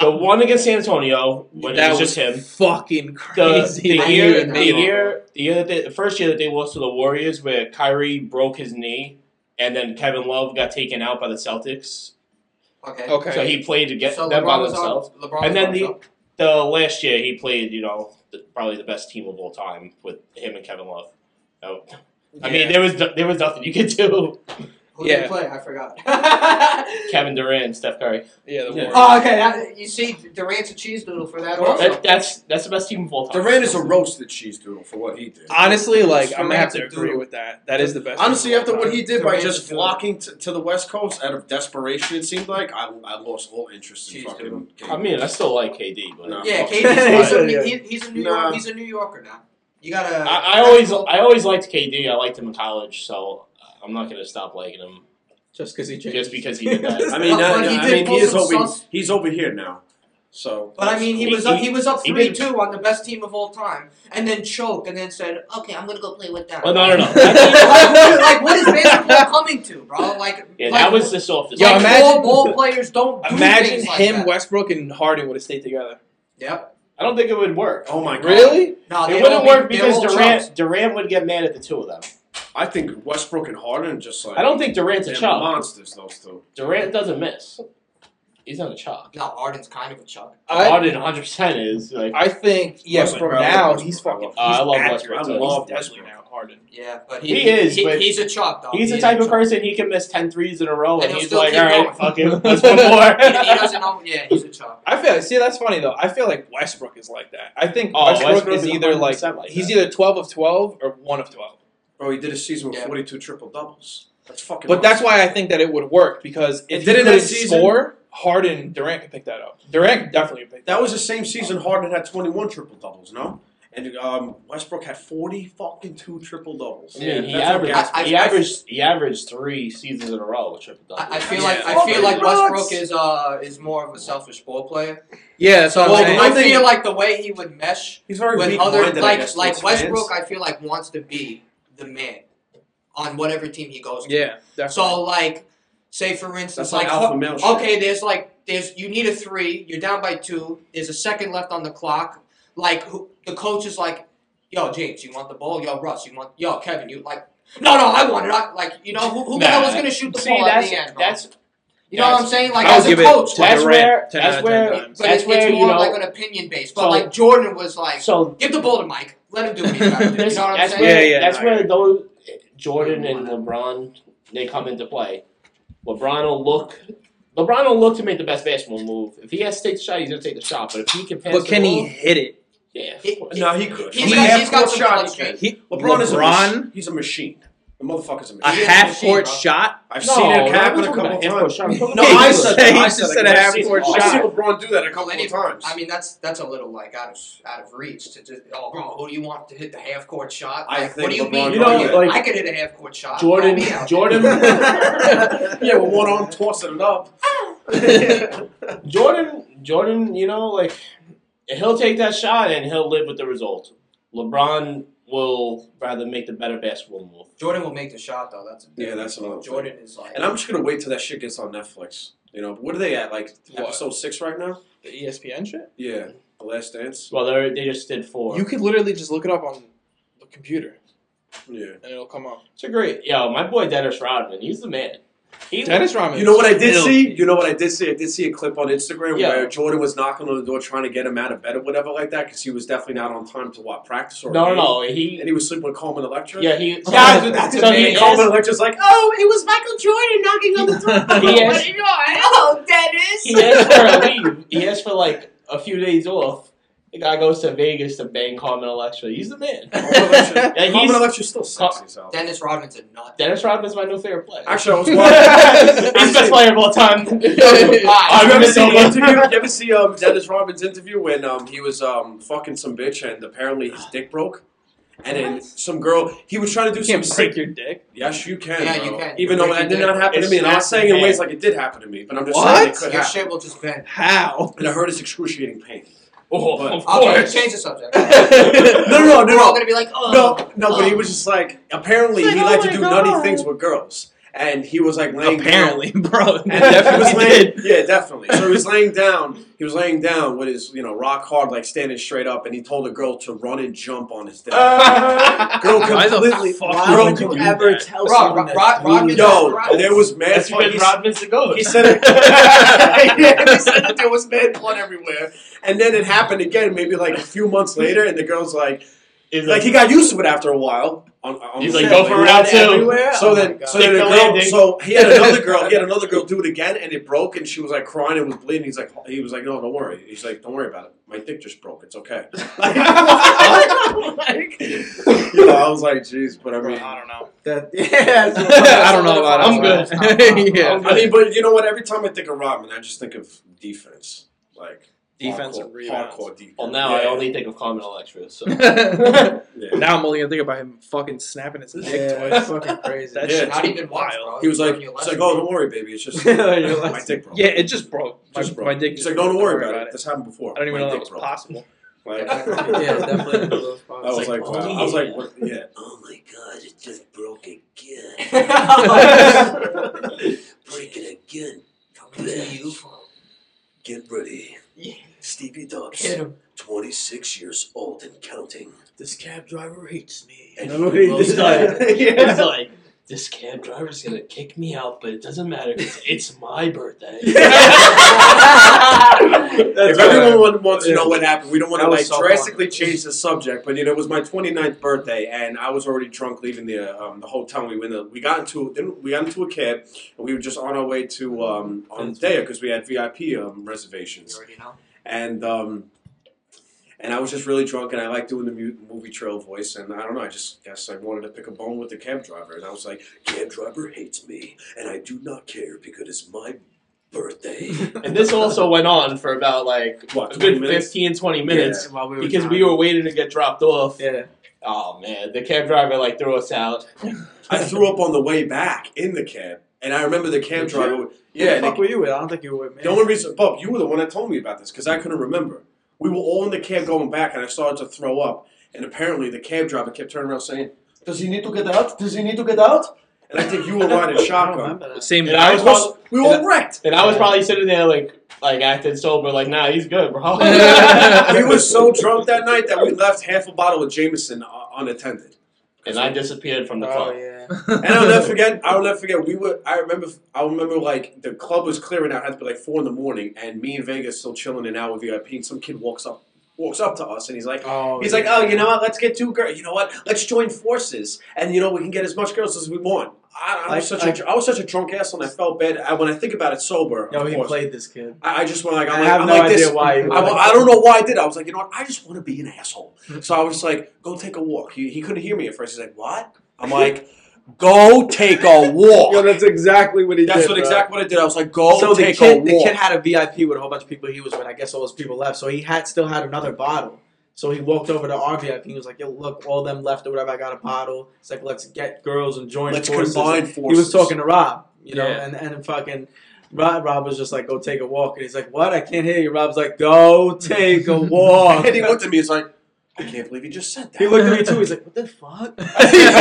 The one against San Antonio when
that
it was just him.
fucking
The,
crazy.
the
I hear
that he
year,
it
even
now.
the
made it.
year, the year that they, the first year that they lost to the Warriors, where Kyrie broke his knee, and then Kevin Love got taken out by the Celtics,
Okay.
Okay.
so he played to get
so
them by
LeBron was
themselves.
on. LeBron
And then
was
the-
on
The last year he played, you know, the, probably the best team of all time with him and Kevin Love. So, I mean, there was there was nothing you could do.
Who did
Yeah.
he play? I forgot.
Kevin Durant, Steph Curry.
yeah, the
Yeah.
Warriors.
oh, okay. that- you see, Durant's a cheese noodle for that. also.
That, that's that's the best team of all time.
Durant is a roasted cheese doodle for what he did.
Honestly, like
Durant's
I'm gonna have to
a
agree
dude.
with that. That is the best.
Honestly,
thing of
after
all
what
time.
he did by
Durant
just
is good.
flocking to, to the West Coast out of desperation, it seemed like I, I lost all interest in
Jeez,
fucking. Game.
I mean, I still like KD, but
No.
yeah,
Fuck.
KD's he's a,
Yeah.
he- he's a New
Nah.
York, he's a New Yorker now. You gotta.
I, I always I always liked KD. I liked him in college, so I'm not gonna stop liking him
Just because he changed.
just because he did that.
I mean,
But-
now,
but he
I
did
mean,
pull
he is
some
over.
sauce.
He's over here now. So,
But I mean, he
He-
was up, he was up
he
three
was-
two on the best team of all time, and then choked, and then said, "Okay, I'm gonna go play with them."
Well, Oh, no, no, no.
like, like, what is basketball coming to, bro? Like,
Yeah,
like,
that was the softest.
Yo,
like,
Like,
imagine-
ball, ball players don't do
Imagine
things like
him,
that.
Westbrook, and Harden would have stayed together.
Yep.
I don't think it would work.
oh my god,
Really?
No, they
It wouldn't
all-
work
they
because
all
Durant
choked.
Durant would get mad at the two of them.
I think Westbrook and Harden are just like
I don't think Durant's a
they're
chump.
monsters. Those two.
Durant doesn't miss. He's not a chump.
No, Harden's kind of a chunk.
I,
Harden 100 percent is like
I think yeah.
Westbrook, I
but
love
now
Westbrook.
he's fucking. He's
Uh, I love
accurate.
Westbrook,
I
too.
love
He's
Westbrook
deadly
now. Harden.
Yeah, but
He is, but-
he's a chunk, though.
he's the
He
type
is
of
a chunk.
person he can miss 10 threes in a row
And
and
he'll
he's
still
like,
keep
all right,
going."
fuck it, let's one more.
he, he doesn't know. Yeah, he's a chunk.
I feel see that's funny though. I feel like Westbrook is like that. I think
Oh,
Westbrook,
Westbrook
is
is
either like,
100% like
he's
that.
either twelve of twelve or one of twelve.
Bro, Oh, he did a season with
Yeah.
42 triple doubles. That's fucking.
But that's why I think that it would work because if
did
he
it that
could
season.
score,
Harden and Durant could pick that up. Durant could definitely pick
That was the same season Harden had 21 triple doubles, no? And um, Westbrook had 40 fucking two triple doubles.
Yeah,
That's
he
what
averaged,
Gasp-
he averaged he averaged three seasons in a row with triple double.
I, I feel like I feel like Westbrook is uh is more of a selfish ball player.
Yeah, that's what I'm
Well,
saying.
I feel like the way he would mesh
He's very
with
weak
other
minded.
like like Westbrook, I feel like wants to be the man on whatever team he goes to.
Yeah, definitely.
So like, say for instance,
That's like
like
alpha male shit.
okay, there's like there's you need a three. You're down by two. There's a second left on the clock. Like who, the coach is like, yo James, you want the ball? Yo Russ, you want? Yo Kevin, you like? No, no, I want it. I, like you know who, who the
Nah.
hell is gonna shoot the
See,
ball
that's
at the end? Bro?
that's
you know what I'm saying? Like
I would
as a
give it
coach,
to
like,
that's
Durant,
where
10
that's
out of 10
where
times.
but
that's
it,
where
it's
you
more
know.
like an opinion base. But
So-
like Jordan was like,
so
give the ball to Mike. Let him do what he's got to do.
this,
You know what I'm
that's
saying?
where
Yeah, yeah,
that's
no,
where those Jordan and LeBron they come into play. LeBron will look. LeBron will look to make the best basketball move. If he has to take the shot, he's gonna take the shot. But if he can pass
But
the
can he
ball,
hit it?
Yeah.
He-
No, he could.
He's
I mean,
got- he's got
half-court
some
shot,
clutch
he can.
game.
He,
LeBron, is a
LeBron
machine. He's a machine. The motherfucker's a
a
machine.
He is a
half
machine,
court
bro.
shot.
I've
No,
seen
we're
it
not
happen a
talking
couple
about half-court
times.
shot. We're talking
No,
about
I
half-court
said
shot.
that. I
He
said
just
that.
said a
I've
half
seen-
court
I've seen
shot.
LeBron do that a couple
Well,
of times.
I mean, that's that's a little like out of out of reach to just. Oh, bro, who do you want to hit the half court shot?
I
Like,
think
what do you
LeBron
mean?
You know,
bro?
like-
I could hit a half court shot. Oh,
Jordan,
Call me out.
Jordan,
yeah, with one arm tossing it up.
Jordan, Jordan. You know, like he'll take that shot and he'll live with the result. LeBron will rather make the better basketball move.
Jordan will make the shot though. That's a
Yeah, that's another thing.
Jordan is like.
And I'm just gonna wait till that shit gets on Netflix. You know, what are they at? Like episode six right now?
The
E
ESPN shit.
Yeah, The Last Dance.
Well, they they just did four.
You could literally just look it up on the computer
Yeah.
and it'll come up.
It's a great. Yo, my boy Dennis Rodman, he's the man. He,
Dennis Rodman.
You know what I did
Still-
see? You know what I did see? I did see a clip on Instagram
Yeah.
where Jordan was knocking on the door trying to get him out of bed or whatever like that because he was definitely not on time to what practice or
no, no,
game.
no.
And
He,
he was sleeping with Coleman Electra.
yeah, he.
That's, that's
so
amazing.
he
Coleman
asked,
Electra's like,
Oh, it was Michael Jordan knocking on the door.
He
oh,
is.
my God. Oh, Dennis.
he asked for a leave. He asked for like a few days off. The guy goes to Vegas to bang Carmen Electra. He's the man.
Coleman Electra.
Yeah,
Coleman
he's-
Electra's still sexy, so.
Dennis Rodman's a nut.
Dennis Rodman's my new favorite player.
Actually, I was
He's
watching.
the best player of all time.
Did you
I'm
ever see the
Minnesota.
interview? Did you ever see um, Dennis Rodman's interview when um, he was um, fucking some bitch and apparently his dick broke? And then some girl, he was trying to do
You can't
some
break
sick.
your dick.
Yes, you can.
Yeah, you
bro.
can. You
Even though
break
that
your
did not
dick.
happen to
It
me, and I'm
snaps
saying
your
in ways
hand.
like it did happen to me, but I'm just saying it
What?
could
Your
happen.
shit will just bend.
How?
And it hurt his excruciating pain.
Oh,
But-
of
Okay,
course.
change the subject.
No, no, no, no,
We're all
no,
gonna be like, oh,
no, no. But he was just like, apparently
Like,
he
oh
liked to
my
do
God.
nutty things with girls, and he was like laying down.
Apparently, bro.
And he was
Definitely
laying,
did.
yeah, definitely. So he was laying down. He was laying down with his, you know, rock hard, like standing straight up, and he told a girl to run and jump on his dick.
Uh,
girl
Why the
completely.
fuck
girl
would you
completely.
ever
tell
Rod, Rod, Rod, Rodman's
Yo,
Rodman's-
there was mad.
That's been
he,
Rodman's to go.
he said it. he said that there was mad blood everywhere, and then it happened again, maybe like a few months later, and the girl's like,
He's
like he got used to it after a while. On, on
He's
the
like,
set,
go for it out
run
too.
everywhere. So
Oh my
then,
God.
so then the
Stick the
girl,
landing.
so he had another girl. He had another girl do it again, and it broke, and she was like crying and was bleeding. He's like, he was like, no, don't worry. He's like, don't worry about it. My dick just broke. It's okay. Like, like, you know, I was like, jeez, but I mean,
I don't know.
That, yeah,
I don't know about it.
I'm good.
yeah.
I mean, but you know what? Every time I think of Rodman, I just think of defense, like
Defensive
hardcore,
rebounds.
hardcore defense.
Well, now I
Yeah.
only think of Carmen Electra. So
Yeah.
now I'm only gonna think about him fucking snapping his dick
Yeah,
twice.
it's fucking crazy.
That
Yeah.
shit's
Not even once,
wild.
bro.
He was
You're
like, he's
less
like,
than
oh,
me.
don't worry, baby. It's just
You're
my
less-
dick broke.
Yeah, it just broke. My,
Just broke.
my dick.
He's
just
like, don't
broke.
worry about it. This happened before.
I don't even
My
know that
dick
was
broke.
possible.
Like,
yeah, definitely. one of those
I
spots.
was like, wow. I was like, what? yeah.
Oh my god, it just broke again. Break it again.
Coming to you.
Get ready.
Yeah.
Stevie Dobbs,
Hit him.
26 years old and counting.
This cab driver hates me.
And
Nobody
he loves
does.
he's like, this cab driver's gonna kick me out, but it doesn't matter. It's, it's my birthday.
if everyone wa- wants to know what happened, we don't want to
That was
like
so
drastically change the subject. But you know, it was my 29th birthday, and I was already drunk leaving the um, the hotel. We went. to- We got into then we got into a cab, and we were just on our way to um, on because we had VIP um, reservations.
You already know.
and um, and I was just really drunk, and I like doing the mu- movie trail voice, and I don't know, I just guess I wanted to pick a bone with the cab driver, and I was like,
Cab driver hates me, and I do not care because it's my
birthday.
And this also went on for about like
What, 20
a good
minutes?
15, 20 minutes
While we were
because we
driving.
were waiting to get dropped off.
Yeah.
Oh man, the cab driver like threw us out.
I threw up on the way back in the cab, and I remember the cab
Did
driver.
Who the
Yeah, and
fuck
the,
were you with? I don't think you were with me.
the only reason, Bob, you were the one that told me about this because I couldn't remember. We were all in the cab going back, and I started to throw up, and apparently the cab driver kept turning around saying, "Does he need to get out? Does he need to get out?" And I think you were riding
I don't
shotgun.
remember that.
Same
And
guy.
I was probably,
We were all wrecked.
and I was probably sitting there like like acting sober, like nah, he's good, bro.
we were so drunk that night that we left half a bottle of Jameson uh, unattended.
and I disappeared from the
Oh
club.
yeah.
And I'll never forget. I'll never forget. We were. I remember. I remember like the club was clearing out. It had to be like four in the morning, and me and Vegas still chilling in our VIP. And some kid walks up, walks up to us, and he's like,
Oh.
he's
yeah.
like, oh, you know what? Let's get two girls. You know what? Let's join forces, and you know we can get as much girls as we want. I, I was
Like-
such a, I was such a drunk asshole, and I felt bad. I, when I think about it sober,
Yo,
of
he
course,
played this kid.
I, I just went like, I'm
I
like,
have
I'm
no
like
idea
this.
why. he
I,
was
I don't know why I did. I was like, you know what? I just want to be an asshole.
Hmm.
So I was like, go take a walk. He, he couldn't hear me at first. He's like, what? I'm like, go take a
Yo,
walk.
that's exactly what he
That's
did.
what
bro.
exactly what I did. I was like, go
so the
take a
kid, the
walk.
kid had a VIP with a whole bunch of people he was with. I guess all those people left, so he had still had another bottle. So he walked over to our VIP. He was like, "Yo, look, all them left or whatever. I got a bottle. It's like, let's get girls and join
Let's
forces."
combine
He
forces.
was talking to Rob, you know,
Yeah.
and and fucking Rob. Rob was just like, "Go take a walk," and he's like, "What? I can't hear you." Rob's like, "Go take a walk."
And he looked at me. He's like, I can't believe you just said that.
He looked at me too. He's like, "What the fuck?" and,
Yeah.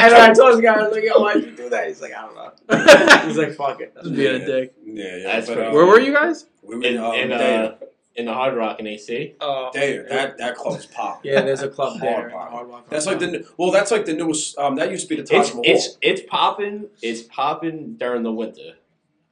and I told this guy, I was like, "Yo, why'd you do that?" He's like, "I don't know." He's like, "Fuck it."
Just being a dick.
yeah, yeah.
That's
but,
pretty-
uh,
Where were you guys?
We were
In,
in, um,
in, uh,
Dayton.
in the Hard Rock in AC.
Oh,
Dayton. That that club is pop.
Yeah, there's a club
Hard
there.
rock.
Hard rock
That's
Hard
like the new- well. That's like the newest. Um, that used to be the Taj
It's
Mahal.
it's it's popping it's popping during the winter.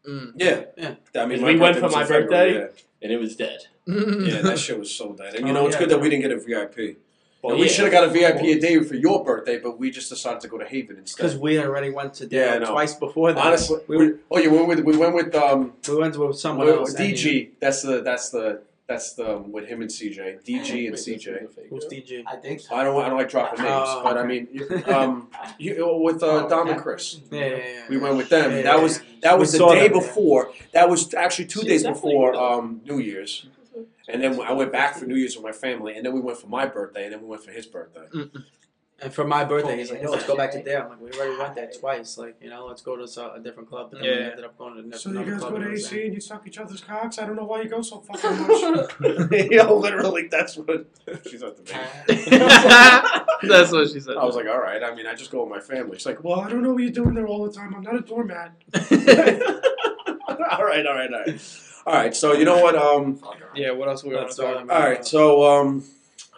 yeah,
Yeah.
I mean,
Because
my
we went
birthday
for
was in
my
February,
birthday.
yeah.
And it was dead.
Yeah, that shit was so dead. And you
Mm. Oh,
know, it's
yeah.
good that we didn't get a VIP.
Well,
and we
yeah.
should have got a VIP a
Well,
day for your birthday, but we just decided to go to Haven
Because
instead.
we already went to
Yeah, I
Dale
know.
twice before that.
Honestly,
we,
we were, oh, yeah, we went with we went with um
we went with someone
with-
else.
with
and you-
DG. That's the that's the that's the um, with him and CJ, DG and CJ.
Who's DG?
I think so.
I don't I don't like dropping names,
Oh,
but I
okay.
mean, you- um, you with uh, Dom and Chris.
Yeah, yeah, yeah.
We went with them.
Yeah,
that
yeah,
was
yeah.
that
We
was the
saw
day
them, yeah.
before. That was actually two
She
days
definitely
before
did.
um, New Year's, and then I went back for New Year's with my family, and then we went for my birthday, and then we went for his birthday.
And for my birthday, he's like, "Yo, let's go back to Dale." I'm like, "We already went there twice. Like, you know, let's go to so- a different club." But then we
Yeah.
ended up going to another club. and it was like-
and you suck each other's cocks. I don't know why you go so fucking much. you know, literally, that's what she's at the baby.
that's what she said.
I was like, all right. I mean, I just go with my family. She's like, well, I don't know what you're doing there all the time. I'm not a doormat. all right, all right, all right, all right. So you know what? Um,
yeah. What else we want to
That's
talk
all.
about?
all right. So um,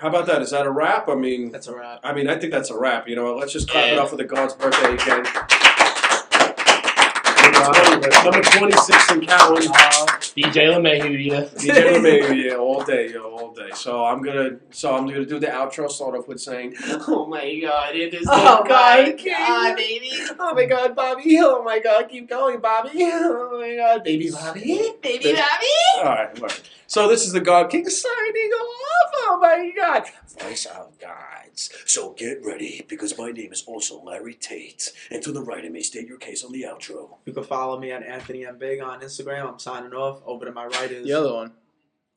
how about that? Is that a wrap? I mean.
That's a wrap.
I mean, I think that's a wrap. You know, what? let's just clap it
Yeah.
up for the God's birthday again. Number 20, Number 26 in Cowan.
DJ LeMahieu, yeah.
DJ LeMay, yeah, all day, yo, all day. So I'm gonna, so I'm gonna do the outro. Start off with saying,
Oh my god, it is
Oh
the
my
God King.
God,
baby. Oh my god, Bobby. Oh my god, keep going, Bobby. Oh my god, baby Bobby. Baby Bobby.
all right, all right. So this is the God King signing off.
Oh my god.
Voice out, guys. So get ready because my name is also Larry Tate, and to the right of me, state your case on the outro.
You can follow me at Anthony M Big on Instagram. I'm signing off. Over to my right is
The other one.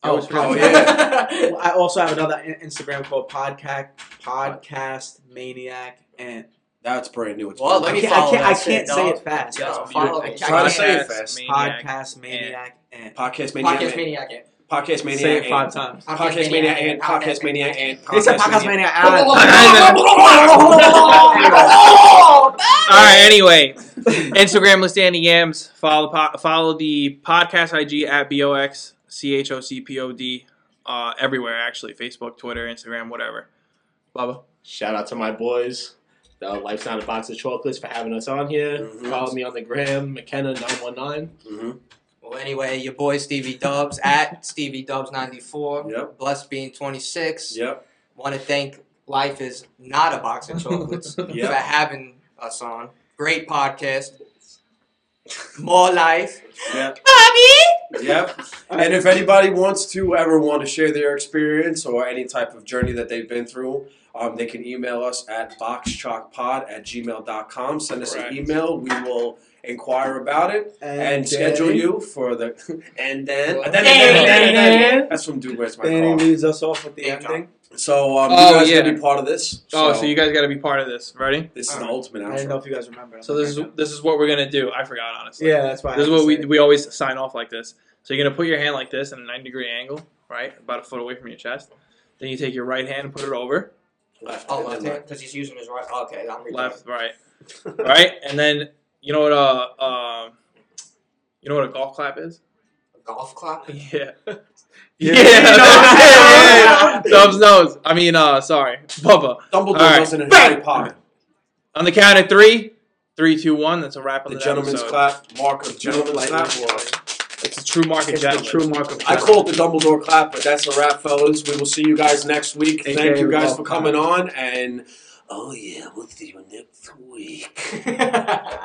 Oh,
Oh,
yeah. I also have another in- Instagram called Podcac Podcast Maniac, and
That's brand new. It's
Well,
I
let me
can't, I
follow
can't, I
that shit,
can't say
dog.
it fast.
Yes,
yo.
follow
I
me.
can't-
Try to
I
say
can't-
it fast.
Maniac.
Podcast Maniac and
Podcast Maniac.
Podcast Maniac. Ant.
Podcast Maniac.
say it
and-
five times.
Podcast Maniac and Podcast Maniac and
They said Podcast Maniac.
All right. Anyway, Instagram list Danny Yams. Follow the po- follow the podcast IG at b o x c h o c p o d. Uh, everywhere actually, Facebook, Twitter, Instagram, whatever. Bubba.
Shout out to my boys, the Life's Not a Box of Chocolates, for having us on here.
Mhm.
Follow me on the gram, McKenna919.
Mhm.
Well, anyway, your boy Stevie Dubs at Stevie Dubs ninety four.
Yep.
Blessed being twenty six.
Yep.
Want to thank Life is Not a Box of Chocolates for
Yep.
having us on. Great podcast. More life.
Yep.
Bobby!
Yep. And if anybody wants to ever want to share their experience or any type of journey that they've been through, Um, they can email us at boxchalkpod at gmail.com. Send us
Correct.
an email. We will inquire about it and, schedule you for the. and then.
Well-
and then, and then, and then, and then.
Danny.
That's from Dude Where's My
Danny
Car.
leads us off with the
Thank
ending.
So um,
Oh,
you guys
yeah.
to be part of this.
Oh, so you Oh. guys got to be part of this. Ready?
This is the ultimate
I didn't
outro.
know if you guys remember.
So this is this is what we're gonna do. I forgot honestly.
yeah, that's why. I
This is
had
what
to
we
say it.
we always sign off like this. So you're gonna put your hand like this in a 90 degree angle, right, about a foot away from your chest. Then you take your right hand and put it over
Left
Oh,
and
left
then
hand, because he's using his right. Okay, I'm retarded.
left, right, right, and then you know what uh um you know what a golf clap is?
Golf clap.
Yeah.
Yeah.
Yeah.
Yeah.
yeah. Thumbs nose. I mean, uh, sorry, Bubba.
Dumbledore
Alright.
wasn't in Harry Potter.
On the count of three, three, two, one. That's a wrap on
The
the
gentleman's clap, mark of gentleman's
Lightning
clap.
It's a true market
It's the
gentleman.
true mark of
I call it the Dumbledore clap, but that's a wrap, fellas. We will see you guys next week.
Take
Thank
care,
you guys for
everybody.
coming on, and oh yeah, we'll see you next week.